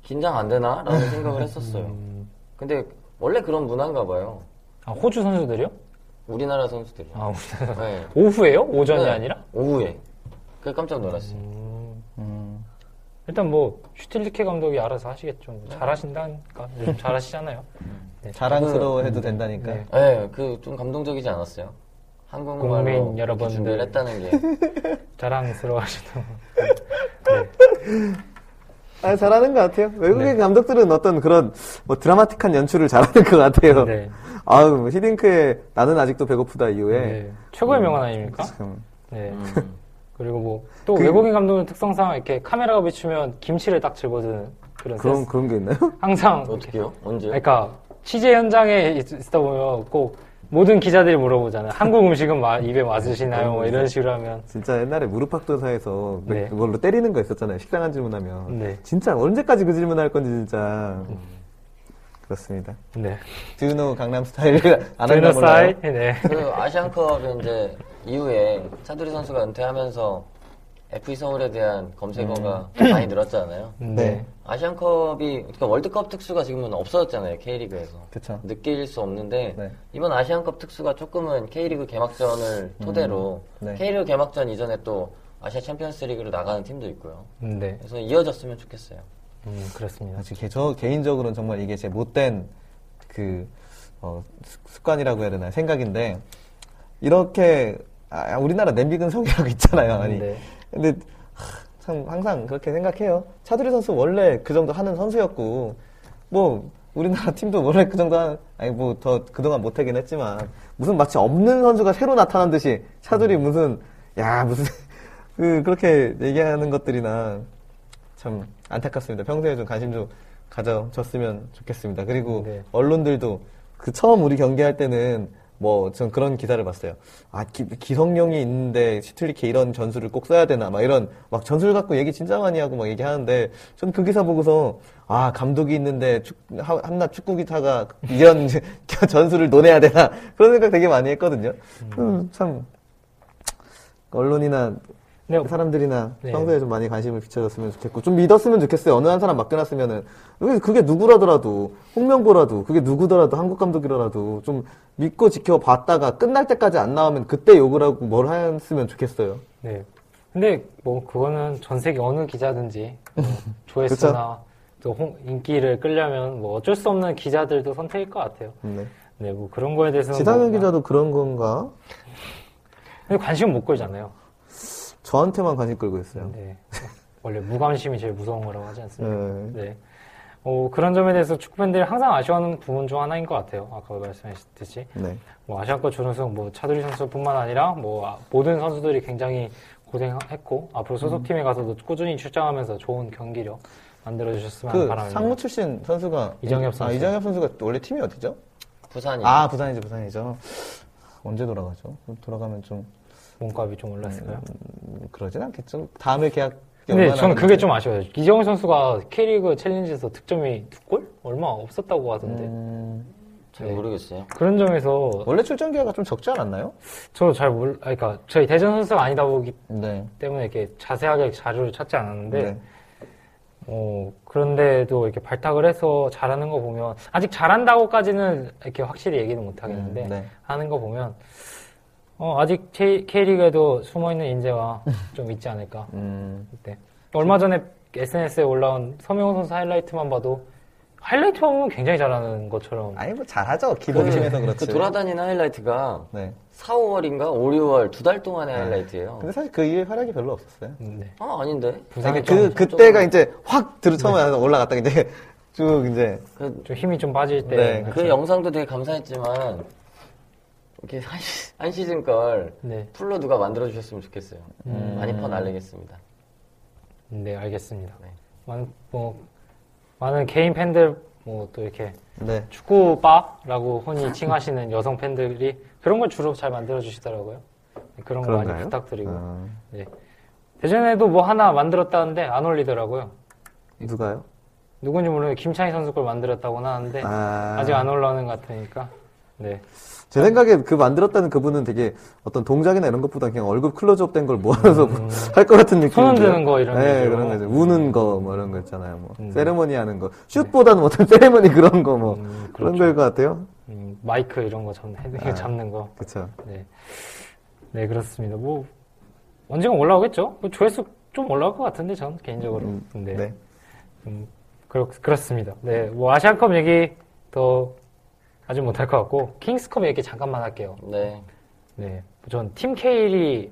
Speaker 3: 긴장
Speaker 1: [LAUGHS]
Speaker 3: 안 되나라는 생각을 했었어요.
Speaker 1: 음.
Speaker 3: 근데 원래 그런 문화인가 봐요.
Speaker 1: 아, 호주 선수들이요?
Speaker 3: 우리나라 선수들이.
Speaker 1: 아, [LAUGHS] 우리-
Speaker 3: 네.
Speaker 1: 오후에요? 오전이
Speaker 3: 네,
Speaker 1: 아니라?
Speaker 3: 오후에. 그 깜짝 놀랐어요.
Speaker 2: 음.
Speaker 1: 일단 뭐 슈틸리케 감독이 알아서 하시겠죠. 뭐 잘하신다니까 요즘 잘하시잖아요.
Speaker 2: 자랑스러워해도 된다니까.
Speaker 1: 네.
Speaker 3: 음, 네, 그 좀 감동적이지 않았어요. 한국말로
Speaker 1: 국민
Speaker 3: 이렇게
Speaker 1: 여러분들. [LAUGHS]
Speaker 3: 준비를 했다는 게
Speaker 1: 자랑스러워하시던
Speaker 2: 아, 잘하는 것 같아요. 외국인 감독들은 어떤 그런 뭐 드라마틱한 연출을 잘하는 것 같아요.
Speaker 1: 네.
Speaker 2: 아우 뭐 히딩크의 나는 아직도 배고프다 이후에
Speaker 1: 네. 최고의 명언 아닙니까?
Speaker 2: 지금
Speaker 1: 네.
Speaker 3: 음,
Speaker 1: 그리고 뭐 또 외국인 감독은 특성상 이렇게 카메라가 비추면 김치를 딱 집어드는 그런
Speaker 2: 그런
Speaker 1: 센스.
Speaker 2: 그런 게 있나요?
Speaker 1: 항상 이렇게.
Speaker 3: 어떻게요? 언제?
Speaker 1: 그러니까 취재 현장에 있, 있다 보면 꼭 모든 기자들이 물어보잖아요. 한국 음식은 마- 입에 맞으시나요? 뭐 이런 식으로 하면
Speaker 2: 진짜 옛날에 무릎팍도사에서 그-
Speaker 1: 네.
Speaker 2: 그걸로 때리는 거 있었잖아요. 식당한 질문하면
Speaker 1: 네. 음.
Speaker 2: 진짜 언제까지 그 질문할 건지 진짜 그렇습니다.
Speaker 1: 네.
Speaker 2: 드노 강남 스타일을 [LAUGHS] 안 한다 몰라요.
Speaker 1: 드너사이 네.
Speaker 3: 그 아시안컵 이제 이후에 차두리 선수가 은퇴하면서 FC 서울에 대한 검색어가
Speaker 1: 음.
Speaker 3: 많이 늘었잖아요.
Speaker 1: 네.
Speaker 3: 아시안컵이 그러니까 월드컵 특수가 지금은 없어졌잖아요 K리그에서
Speaker 2: 그쵸.
Speaker 3: 느낄 수 없는데
Speaker 2: 네.
Speaker 3: 이번 아시안컵 특수가 조금은 K리그 개막전을 토대로
Speaker 2: 음, 네.
Speaker 3: K리그 개막전 이전에 또 아시아 챔피언스리그로 나가는 팀도 있고요
Speaker 1: 네.
Speaker 3: 그래서 이어졌으면 좋겠어요
Speaker 1: 음, 그렇습니다.
Speaker 2: 예, 사실 개- 저 개인적으로는 정말 이게 제 못된 그 어, 습- 습관이라고 해야 되나 요 생각인데 이렇게 아, 우리나라 냄비 근성이라고 있잖아요. 아니
Speaker 1: 네.
Speaker 2: 근데 하, 참 항상 그렇게 생각해요. 차두리 선수 원래 그 정도 하는 선수였고 뭐 우리나라 팀도 원래 그 정도 하, 아니 뭐 더 그동안 못하긴 했지만 무슨 마치 없는 선수가 새로 나타난 듯이 차두리 무슨 야 무슨 [LAUGHS] 그 그렇게 얘기하는 것들이나 참 안타깝습니다. 평소에 좀 관심 좀 가져줬으면 좋겠습니다. 그리고
Speaker 1: 네.
Speaker 2: 언론들도 그 처음 우리 경기할 때는 뭐 전 그런 기사를 봤어요. 아 기, 기성용이 있는데 시틀리케 이런 전술을 꼭 써야 되나 막 이런 막 전술 갖고 얘기 진짜 많이 하고 막 얘기하는데 전 그 기사 보고서 아 감독이 있는데 축, 하, 한나 축구 기사가 이런 [LAUGHS] 전술을 논해야 되나 그런 생각 되게 많이 했거든요. 음, 참 언론이나
Speaker 1: 네.
Speaker 2: 사람들이나
Speaker 1: 네.
Speaker 2: 평소에 좀 많이 관심을 비춰줬으면 좋겠고 좀 믿었으면 좋겠어요. 어느 한 사람 맡겨놨으면은 그게- 그게 누구라더라도 홍명보라도 그게 누구더라도 한국 감독이라도 좀 믿고 지켜봤다가 끝날 때까지 안 나오면 그때 욕을 하고 뭘 했으면 좋겠어요. [LAUGHS]
Speaker 1: 네. 근데 뭐 그거는 전 세계 어느 기자든지 뭐 조회수나 또 홍- 인기를 끌려면 뭐 어쩔 수 없는 기자들도 선택일 것 같아요.
Speaker 2: 네.
Speaker 1: 네, 뭐 그런 거에 대해서는 뭐
Speaker 2: 지상현
Speaker 1: 그냥-
Speaker 2: 기자도 그런 건가?
Speaker 1: 근데 관심 못 걸잖아요.
Speaker 2: 저한테만 관심 끌고 있어요.
Speaker 1: 네. 원래 무관심이 제일 무서운 거라고 하지 않습니까?
Speaker 2: 네.
Speaker 1: 네. 어, 그런 점에 대해서 축구팬들이 항상 아쉬워하는 부분 중 하나인 것 같아요. 아까 말씀하셨듯이.
Speaker 2: 네.
Speaker 1: 뭐 아시안컵 준우승, 뭐 차두리 선수뿐만 아니라 뭐 아- 모든 선수들이 굉장히 고생했고 앞으로
Speaker 2: 음.
Speaker 1: 소속팀에 가서도 꾸준히 출장하면서 좋은 경기력 만들어 주셨으면
Speaker 2: 그
Speaker 1: 아, 바랍니다.
Speaker 2: 상무 출신 선수가
Speaker 1: 이정엽
Speaker 2: 아,
Speaker 1: 선수.
Speaker 2: 이정엽 선수가 원래 팀이 어디죠?
Speaker 3: 부산이
Speaker 2: 아, 부산이죠, 부산이죠. 언제 돌아가죠? 돌아가면 좀
Speaker 1: 몸값이 좀 올랐을까요?
Speaker 2: 음, 그러진 않겠죠. 다음에 계약.
Speaker 1: 근데 저는 그게 좀 아쉬워요. 이정우 선수가 K리그 챌린지에서 득점이 두 골? 얼마 없었다고 하던데.
Speaker 2: 음.
Speaker 3: 잘
Speaker 1: 네.
Speaker 3: 모르겠어요.
Speaker 1: 그런 점에서
Speaker 2: 원래 출전 기회가 좀 적지 않았나요?
Speaker 1: 저도 잘 몰, 아니, 그러니까 저희 대전 선수가 아니다 보기
Speaker 2: 네.
Speaker 1: 때문에 이렇게 자세하게 자료를 찾지 않았는데,
Speaker 2: 네.
Speaker 1: 어, 그런데도 이렇게 발탁을 해서 잘하는 거 보면, 아직 잘한다고까지는 이렇게 확실히 얘기는 못 하겠는데,
Speaker 2: 음, 네.
Speaker 1: 하는 거 보면, 어, 아직 K, K리그에도 숨어있는
Speaker 2: [LAUGHS]
Speaker 1: 인재가 좀 있지 않을까.
Speaker 2: 음,
Speaker 1: 네. 얼마 전에 SNS에 올라온 서명호 선수 하이라이트만 봐도, 하이라이트만 보면 굉장히 잘하는 것처럼.
Speaker 2: 아니 뭐 잘하죠. 기본심에서 그렇지.
Speaker 3: 그 돌아다니는 하이라이트가
Speaker 2: 네.
Speaker 3: 4, 5월인가 5, 6월 두 달 동안의 하이라이트예요.
Speaker 2: 근데 사실 그 이후에 활약이 별로 없었어요.
Speaker 1: 네.
Speaker 3: 아 아닌데.
Speaker 1: 부상이
Speaker 2: 아니,
Speaker 1: 좀,
Speaker 2: 그 그때가 이제 확 들어 처음에 올라갔다가 이제 [LAUGHS] 쭉 이제
Speaker 3: 그,
Speaker 1: 좀 힘이 좀 빠질 때.
Speaker 2: 네,
Speaker 3: 그 영상도 되게 감사했지만 이렇게 한, 시, 한 시즌 걸
Speaker 1: 네.
Speaker 3: 풀로 누가 만들어 주셨으면 좋겠어요.
Speaker 2: 음.
Speaker 3: 많이 퍼 날리겠습니다.
Speaker 1: 네, 알겠습니다.
Speaker 3: 네.
Speaker 1: 많은, 뭐, 많은 개인 팬들, 뭐, 또 이렇게
Speaker 2: 네.
Speaker 1: 축구바라고 흔히 칭하시는 여성 팬들이 그런 걸 주로 잘 만들어주시더라고요. 네, 그런 거 많이
Speaker 2: 그런가요?
Speaker 1: 부탁드리고.
Speaker 2: 아,
Speaker 1: 네. 대전에도 뭐 하나 만들었다는데 안 올리더라고요.
Speaker 2: 누가요?
Speaker 1: 누군지 모르는데 김창희 선수 걸 만들었다고는 하는데
Speaker 2: 아.
Speaker 1: 네. 아직 안 올라오는 것 같으니까. 네.
Speaker 2: 제 생각에 그 만들었다는 그분은 되게 어떤 동작이나 이런 것보다 그냥 얼굴 클로즈업 된 걸 모아서 [LAUGHS] 할 것 같은 느낌.
Speaker 1: 음. 손 흔드는 거 이런
Speaker 2: 네,
Speaker 1: 거죠.
Speaker 2: 그런 거죠. 우는 거, 뭐 이런 거 있잖아요. 뭐.
Speaker 1: 음.
Speaker 2: 세레머니 하는 거. 슛보다는 뭐 어떤 [LAUGHS] 세레머니 그런 거, 뭐.
Speaker 1: 음,
Speaker 2: 그런
Speaker 1: 그렇죠.
Speaker 2: 거일 것 같아요.
Speaker 1: 음, 마이크 이런 거 잡는, 헤딩 [LAUGHS]
Speaker 2: 아.
Speaker 1: 잡는 거.
Speaker 2: 그쵸.
Speaker 1: 네. 네, 그렇습니다. 뭐, 언젠가 올라오겠죠? 뭐 조회수 좀 올라올 것 같은데, 전 개인적으로.
Speaker 2: 음,
Speaker 1: 네.
Speaker 2: 네.
Speaker 1: 음, 그렇, 그렇습니다. 네, 뭐, 아시안컵 얘기 더 아주 못할 것 같고, 킹스컵 얘기 잠깐만 할게요.
Speaker 3: 네.
Speaker 1: 네. 전 팀 케일이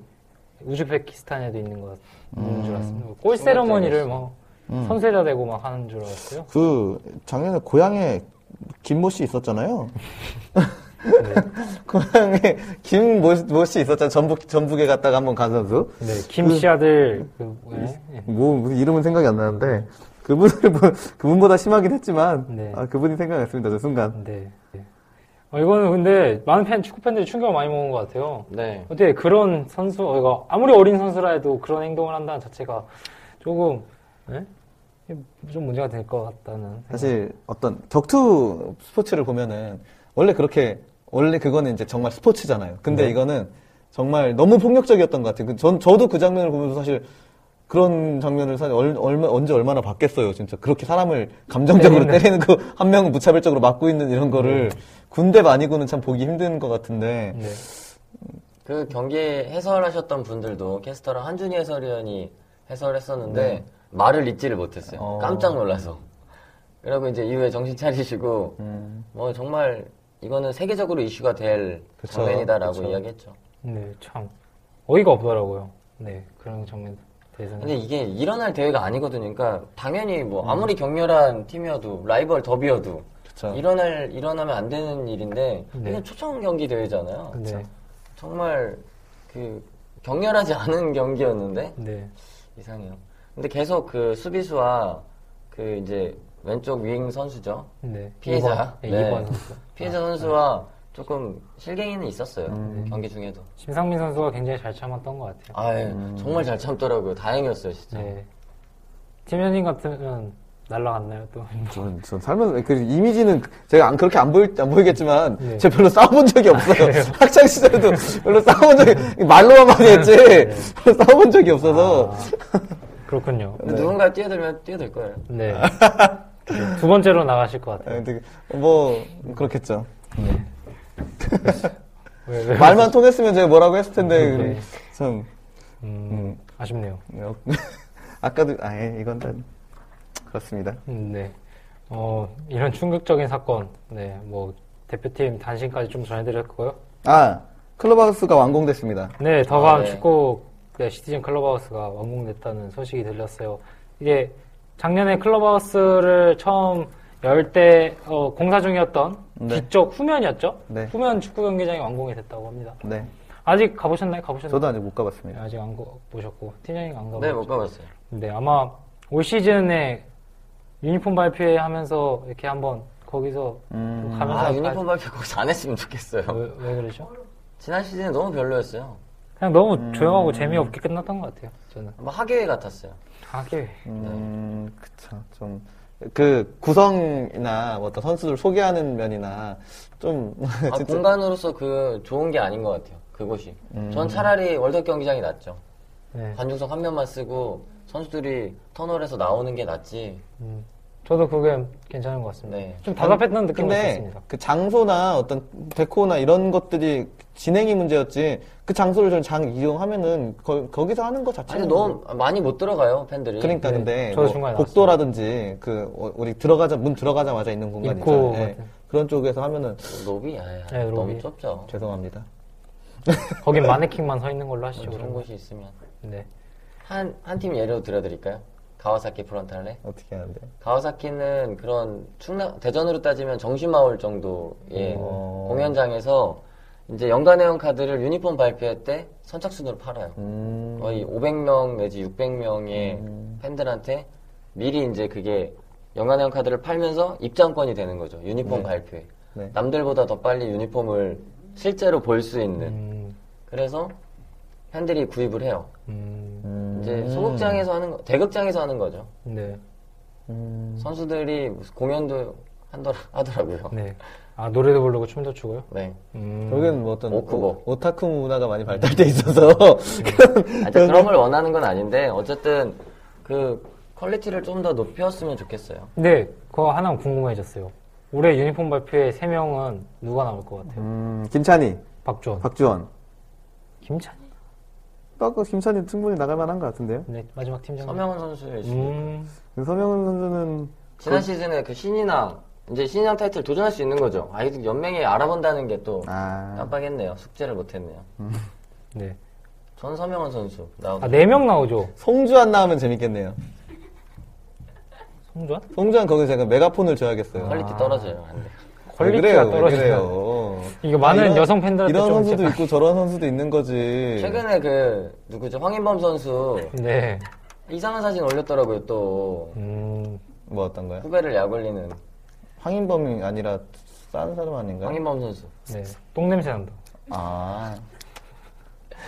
Speaker 1: 우즈베키스탄에도 있는 것, 있는 줄 알았습니다. 골
Speaker 3: 생각도 안
Speaker 1: 세러머니를
Speaker 3: 했어요.
Speaker 1: 뭐, 선세자 되고 막 하는 줄 알았고요.
Speaker 2: 그, 작년에 고향에 김모 씨 있었잖아요.
Speaker 1: 네.
Speaker 2: [LAUGHS] 고향에 김모 모 씨 있었잖아요. 전북, 전북에 갔다가 한번 간 선수.
Speaker 1: 네, 김씨 아들, 그, 뭐예요? 예.
Speaker 2: 뭐 무슨 이름은 생각이 안 나는데 그분을 보- 그분보다 심하긴 했지만
Speaker 1: 네.
Speaker 2: 아, 그분이 생각났습니다 저 순간
Speaker 1: 네. 네. 어, 이거는 근데, 많은 팬, 축구 팬들이 충격을 많이 먹은 것 같아요.
Speaker 3: 네.
Speaker 1: 근데 그런 선수, 어, 이거 아무리 어린 선수라 해도 그런 행동을 한다는 자체가 조금, 예? 좀 문제가 될 것 같다는.
Speaker 2: 사실 어떤 격투 스포츠를 보면은 원래 그렇게 원래 그거는 이제 정말 스포츠잖아요 근데 이거는 정말 너무 폭력적이었던 것 같아요 그- 전 저도 그 장면을 보면서 사실 그런 장면을 사실 얼, 얼마, 언제 얼마나 봤겠어요 진짜 그렇게 사람을 감정적으로 때리는 네. 거 한 명은 무차별적으로 맞고 있는 이런 거를 군대 아니고는 참 보기 힘든 것 같은데
Speaker 1: 네.
Speaker 3: 그 경기 해설하셨던 분들도 캐스터랑 한준희 해설위원이 해설했었는데 말을 잊지를 못했어요.
Speaker 2: 어.
Speaker 3: 깜짝 놀라서. 그리고 이제 이후에 정신 차리시고
Speaker 2: 음,
Speaker 3: 뭐 정말 이거는 세계적으로 이슈가 될
Speaker 2: 그쵸,
Speaker 3: 장면이다라고
Speaker 2: 그쵸.
Speaker 3: 이야기했죠.
Speaker 1: 네, 참. 어이가 없더라고요. 네, 그런 장면에 대해서는.
Speaker 3: 근데 이게 일어날 대회가 아니거든요. 그러니까 당연히 뭐 아무리 격렬한 팀이어도 라이벌 더비여도
Speaker 2: 그쵸.
Speaker 3: 일어날 일어나면 안 되는 일인데
Speaker 1: 네.
Speaker 3: 이게 초청 경기 대회잖아요.
Speaker 1: 네,
Speaker 3: 정말 그 격렬하지 않은 경기였는데
Speaker 1: 네.
Speaker 3: 이상해요. 근데 계속 그 수비수와 그 이제 왼쪽 윙 선수죠.
Speaker 1: 네.
Speaker 3: 피해자?
Speaker 1: 네,
Speaker 3: 네.
Speaker 1: 2번 선수.
Speaker 3: 피해자 선수와 조금 실갱이는 있었어요. 그 경기 중에도.
Speaker 1: 심상민 선수가 굉장히 잘 참았던 것 같아요.
Speaker 3: 아, 예. 정말 잘 참더라고요. 다행이었어요, 진짜.
Speaker 1: 네. 팀현님 같으면 날라갔나요, 또?
Speaker 2: 저는, 전 살면서, 그 이미지는 제가 안, 그렇게 안, 보일, 안 보이겠지만,
Speaker 1: 네.
Speaker 2: 제가 별로 싸워본 적이 없어요. [LAUGHS] 학창시절에도 별로 싸워본 적이, 말로만 많이 했지, 별로 싸워본 적이 없어서.
Speaker 1: [LAUGHS] 그렇군요.
Speaker 3: 근데 누군가 뛰어들면 뛰어들 거예요.
Speaker 1: 네. 두 번째로 나가실 것
Speaker 2: 아,
Speaker 1: 같아요.
Speaker 2: 근데 뭐, 그렇겠죠.
Speaker 1: 왜, 왜?
Speaker 2: 말만 통했으면 제가 뭐라고 했을 텐데,
Speaker 1: 네.
Speaker 2: 참,
Speaker 1: 음, 아쉽네요.
Speaker 2: [LAUGHS] 어, 아까도, 아, 예, 이건 다 그렇습니다.
Speaker 1: 음, 네. 어, 이런 충격적인 사건, 네, 뭐, 대표팀 단신까지 좀 전해드렸고요.
Speaker 2: 아, 클럽하우스가 완공됐습니다.
Speaker 1: 네, 더감
Speaker 3: 아, 네.
Speaker 1: 축구 네, 시티즌 클럽하우스가 완공됐다는 소식이 들렸어요. 이게 작년에 클럽하우스를 처음 열 때 어, 공사 중이었던
Speaker 2: 네.
Speaker 1: 뒤쪽 후면이었죠?
Speaker 2: 네.
Speaker 1: 후면 축구 경기장이 완공이 됐다고 합니다.
Speaker 2: 네.
Speaker 1: 아직 가보셨나요? 가보셨나요?
Speaker 2: 저도 아직 못
Speaker 1: 네,
Speaker 2: 가봤습니다.
Speaker 1: 아직 안 가보셨고 팀장님 안 가보셨죠?
Speaker 3: 네, 못 가봤어요.
Speaker 1: 네, 아마 올 시즌에 유니폼 발표회 하면서 이렇게 한번 거기서
Speaker 2: 음.
Speaker 1: 가면서
Speaker 3: 아, 네. 유니폼 발표 거기서 안 했으면 좋겠어요.
Speaker 1: 봐- 왜, 왜 그러죠?
Speaker 3: 지난 시즌에 너무 별로였어요.
Speaker 1: 그냥 너무 조용하고 재미없게 끝났던 것 같아요. 저는
Speaker 3: 뭐 학예회 같았어요.
Speaker 1: 하게
Speaker 2: 음, 그쵸. 좀, 그, 구성이나 뭐 어떤 선수들 소개하는 면이나 좀, [LAUGHS]
Speaker 3: 아,
Speaker 2: 진짜.
Speaker 3: 공간으로서 그 좋은 게 아닌 것 같아요. 그곳이. 전 차라리 월드컵 경기장이 낫죠.
Speaker 1: 네.
Speaker 3: 관중석 한 면만 쓰고 선수들이 터널에서 나오는 게 낫지.
Speaker 1: 음, 저도 그게 괜찮은 것 같습니다.
Speaker 3: 네.
Speaker 1: 좀 답답했던 느낌이
Speaker 2: 근데
Speaker 1: 있었습니다.
Speaker 2: 그 장소나 어떤 데코나 이런 것들이 진행이 문제였지 그 장소를 저는 장 이용하면은 거, 거기서 하는 것
Speaker 3: 아니
Speaker 2: 자체는 뭐
Speaker 3: 너무 많이 못 들어가요 팬들이.
Speaker 2: 그러니까
Speaker 1: 네,
Speaker 2: 근데
Speaker 1: 저도
Speaker 2: 뭐
Speaker 1: 중간에 나왔어요.
Speaker 2: 복도라든지 그 어, 우리 들어가자 문 들어가자마자 있는 공간
Speaker 1: 입구
Speaker 2: 있잖아요. 예.
Speaker 1: 같은.
Speaker 2: 그런 쪽에서 하면은
Speaker 3: 로비 아예
Speaker 1: 네, 로비.
Speaker 3: 너무 좁죠.
Speaker 2: 죄송합니다.
Speaker 1: 거긴 마네킹만 서 있는 걸로 하시죠.
Speaker 3: 좋은
Speaker 1: 그런 거.
Speaker 3: 곳이 있으면
Speaker 1: 네.
Speaker 3: 한 한 팀 예로 들어드릴까요? 가와사키 프론탈레.
Speaker 2: 어떻게 하는데?
Speaker 3: 가와사키는 그런 충남 대전으로 따지면 정신마을 정도의
Speaker 2: 음.
Speaker 3: 공연장에서 이제 연간 회원 카드를 유니폼 발표회 때 선착순으로 팔아요.
Speaker 2: 음,
Speaker 1: 어,
Speaker 3: 거의 500명 내지 600명의 팬들한테 미리 이제 그게 연간 회원 카드를 팔면서 입장권이 되는 거죠. 유니폼
Speaker 2: 네.
Speaker 3: 발표회.
Speaker 2: 네.
Speaker 3: 남들보다 더 빨리 유니폼을 실제로 볼 수 있는.
Speaker 1: 음,
Speaker 3: 그래서 팬들이 구입을 해요.
Speaker 1: 음,
Speaker 2: 음,
Speaker 3: 이제 소극장에서 하는 거, 대극장에서 하는 거죠.
Speaker 1: 네.
Speaker 2: 음,
Speaker 3: 선수들이 무슨 공연도 한더라, [LAUGHS] 하더라고요.
Speaker 1: 네. 아, 노래도 부르고 춤도 추고요.
Speaker 3: 네.
Speaker 1: 음,
Speaker 2: 여기는 뭐 어떤
Speaker 3: 오크보.
Speaker 2: 오, 타쿠 문화가 많이 발달돼 있어서 [LAUGHS] 그런
Speaker 3: 아, 이제 그런 걸 원하는 건 아닌데 어쨌든 그 퀄리티를 좀 더 높였으면 좋겠어요.
Speaker 1: 네, 그거 하나 궁금해졌어요. 올해 유니폼 발표회 세명은 누가 나올 것 같아요?
Speaker 2: 음, 김찬희,
Speaker 1: 박주원,
Speaker 2: 박주원.
Speaker 1: 김찬희?
Speaker 2: 아까 김찬희 충분히 나갈 만한 것 같은데요.
Speaker 1: 네, 마지막 팀장.
Speaker 3: 서명훈 선수의
Speaker 1: 음,
Speaker 2: 서명훈 선수는
Speaker 3: 지난 시즌에 그 신인왕 이제 신인왕 타이틀 도전할 수 있는 거죠. 아 이거 연맹이 알아본다는 게 또
Speaker 2: 아,
Speaker 3: 깜빡했네요. 숙제를 못했네요.
Speaker 1: 네.
Speaker 3: 전 서명훈 선수 나오고
Speaker 1: 아, 네 명 나오죠.
Speaker 2: 송주환 나오면 재밌겠네요.
Speaker 1: 송주환?
Speaker 2: 송주환 거기 제가 메가폰을 줘야겠어요. 아,
Speaker 3: 퀄리티 떨어져요. 안 돼요.
Speaker 2: 왜
Speaker 1: 퀄리티가
Speaker 2: 그래요? 왜
Speaker 1: 떨어지네요.
Speaker 2: 그래요?
Speaker 1: 이거 많은
Speaker 2: 아,
Speaker 1: 여성 팬들한테
Speaker 2: 이런
Speaker 1: 좀
Speaker 2: 선수도
Speaker 1: 제가-
Speaker 2: 있고 저런 선수도 있는 거지.
Speaker 3: 최근에 그 누구죠 황인범 선수
Speaker 1: 네.
Speaker 3: 이상한 사진 올렸더라고요. 또
Speaker 1: 음,
Speaker 2: 뭐 어떤 거야?
Speaker 3: 후배를 약올리는
Speaker 2: 황인범이 아니라 다른 사람 아닌가?
Speaker 3: 황인범 선수.
Speaker 1: 네. 똥냄새 난다.
Speaker 2: 아.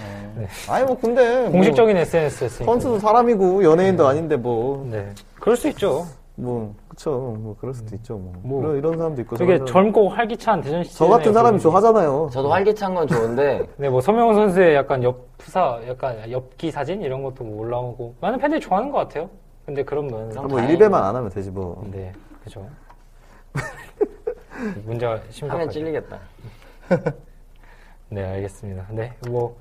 Speaker 2: 음. 아니 뭐 근데 뭐
Speaker 1: 네. 공식적인 SNS였으니까.
Speaker 2: 선수도 사람이고 연예인도 아닌데 뭐.
Speaker 1: 네. 그럴 수 있죠.
Speaker 2: 뭐 그쵸 뭐 그럴 수도 있죠 뭐,
Speaker 1: 뭐.
Speaker 2: 이런, 이런 사람도 있고
Speaker 1: 되게
Speaker 2: 저런 사람-
Speaker 1: 젊고 활기찬 대전 시티.
Speaker 2: 저 같은 사람이 좋아하잖아요
Speaker 3: 저도 활기찬 건 좋은데
Speaker 1: 네, 뭐 서명훈 선수의 약간 옆사, 약간 엽기 사진 이런 것도 뭐 올라오고 많은 팬들이 좋아하는 것 같아요. 근데 그런 면에서
Speaker 2: 뭐 일배만 안 하면 되지 뭐
Speaker 1: 네, 그죠. 문제가
Speaker 3: 하면
Speaker 1: 심각하죠.
Speaker 3: 찔리겠다.
Speaker 1: 네, 알겠습니다. 네, 뭐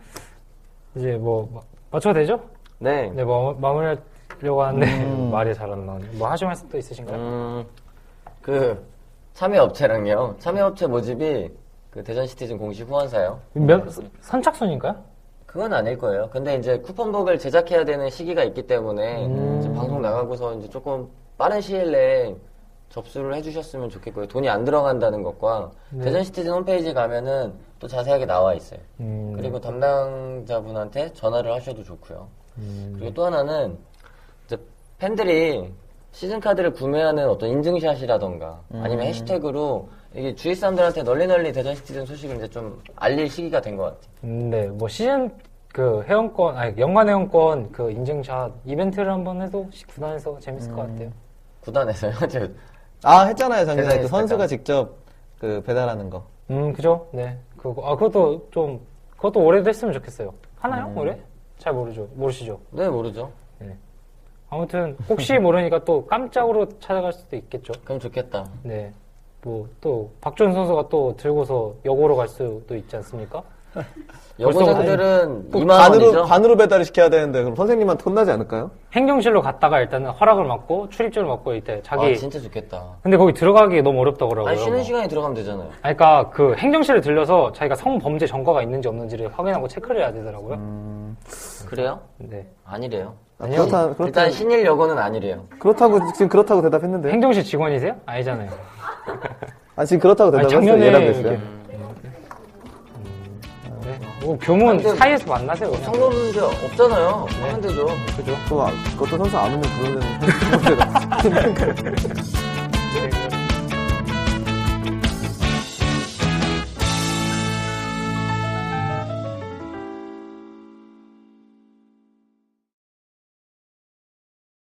Speaker 1: 이제 뭐 마- 맞춰도 되죠?
Speaker 3: 네.
Speaker 1: 네, 뭐 마무리하려고 하는데 [LAUGHS] 말이 잘 안 나오네. 뭐 하실 말씀 또 있으신가요?
Speaker 3: 음, 그 참여업체랑요. 참여업체 모집이 그 대전 시티즌 공식 후원사요.
Speaker 1: 몇 선착순인가요?
Speaker 3: 그건 아닐 거예요. 근데 이제 쿠폰북을 제작해야 되는 시기가 있기 때문에 이제 방송 나가고서 이제 조금 빠른 시일 내에 접수를 해주셨으면 좋겠고요. 돈이 안 들어간다는 것과 대전 시티즌 홈페이지 가면은 또 자세하게 나와 있어요.
Speaker 1: 음,
Speaker 3: 그리고 담당자분한테 전화를 하셔도 좋고요. 그리고 또 하나는 이제 팬들이 시즌 카드를 구매하는 어떤 인증샷이라던가 아니면 해시태그로 이게 주위 사람들한테 널리 널리 대전 시티즌 소식을 이제 좀 알릴 시기가 된 것 같아요.
Speaker 1: 음, 네, 뭐 시즌 그 회원권, 아니 연간 회원권 그 인증샷 이벤트를 한번 해도 시- 구단에서 재밌을 것 같아요.
Speaker 3: 구단에서요. [LAUGHS] 제
Speaker 2: 아 했잖아요 작년에 그
Speaker 3: 대단했을
Speaker 2: 선수가
Speaker 3: 때다.
Speaker 2: 직접 그 배달하는 거
Speaker 1: 음, 그죠? 네, 그거 아 그것도 좀 그것도 오래됐으면 좋겠어요. 하나요? 올해? 잘 모르죠, 모르시죠.
Speaker 3: 네, 모르죠.
Speaker 1: 아무튼 혹시 모르니까 또 깜짝으로 찾아갈 수도 있겠죠.
Speaker 3: 그럼 좋겠다.
Speaker 1: 네. 뭐 또 박준 선수가 또 들고서 역으로 갈 수도 있지 않습니까?
Speaker 3: 여고생들은
Speaker 2: 꼭
Speaker 3: 2만
Speaker 2: 반으로,
Speaker 3: 원이죠.
Speaker 2: 반으로 배달을 시켜야 되는데, 그럼 선생님한테 혼나지 않을까요?
Speaker 1: 행정실로 갔다가 일단은 허락을 받고 출입증을 받고 이때 자기
Speaker 3: 아 진짜 좋겠다.
Speaker 1: 근데 거기 들어가기 너무 어렵다 그러고요. 뭐.
Speaker 3: 아니 쉬는 시간에 들어가면 되잖아요.
Speaker 1: 아니, 그러니까 그 행정실을 들려서 자기가 성범죄 전과가 있는지 없는지를 확인하고 체크를 해야 되더라고요.
Speaker 3: 음. 그래요?
Speaker 1: 네.
Speaker 3: 아니래요.
Speaker 2: 아, 그렇다-
Speaker 3: 시-
Speaker 2: 그렇다-
Speaker 3: 일단 신일 여고는 아니래요.
Speaker 2: 그렇다고, 지금 그렇다고 대답했는데.
Speaker 1: 행정실 직원이세요? 아니잖아요. 네.
Speaker 2: 아, 지금 그렇다고
Speaker 1: 아니,
Speaker 2: 대답했어요.
Speaker 1: 작년에
Speaker 2: 예람됐어요.
Speaker 1: 이렇게- 네.
Speaker 3: 아,
Speaker 1: 뭐 교문
Speaker 3: 근데
Speaker 1: 사이에서 만나세요. 그냥.
Speaker 3: 성공 문제 없잖아요. 하면 되죠.
Speaker 2: 그죠? 또, 아- 그것도 선수 안 오면 그러는.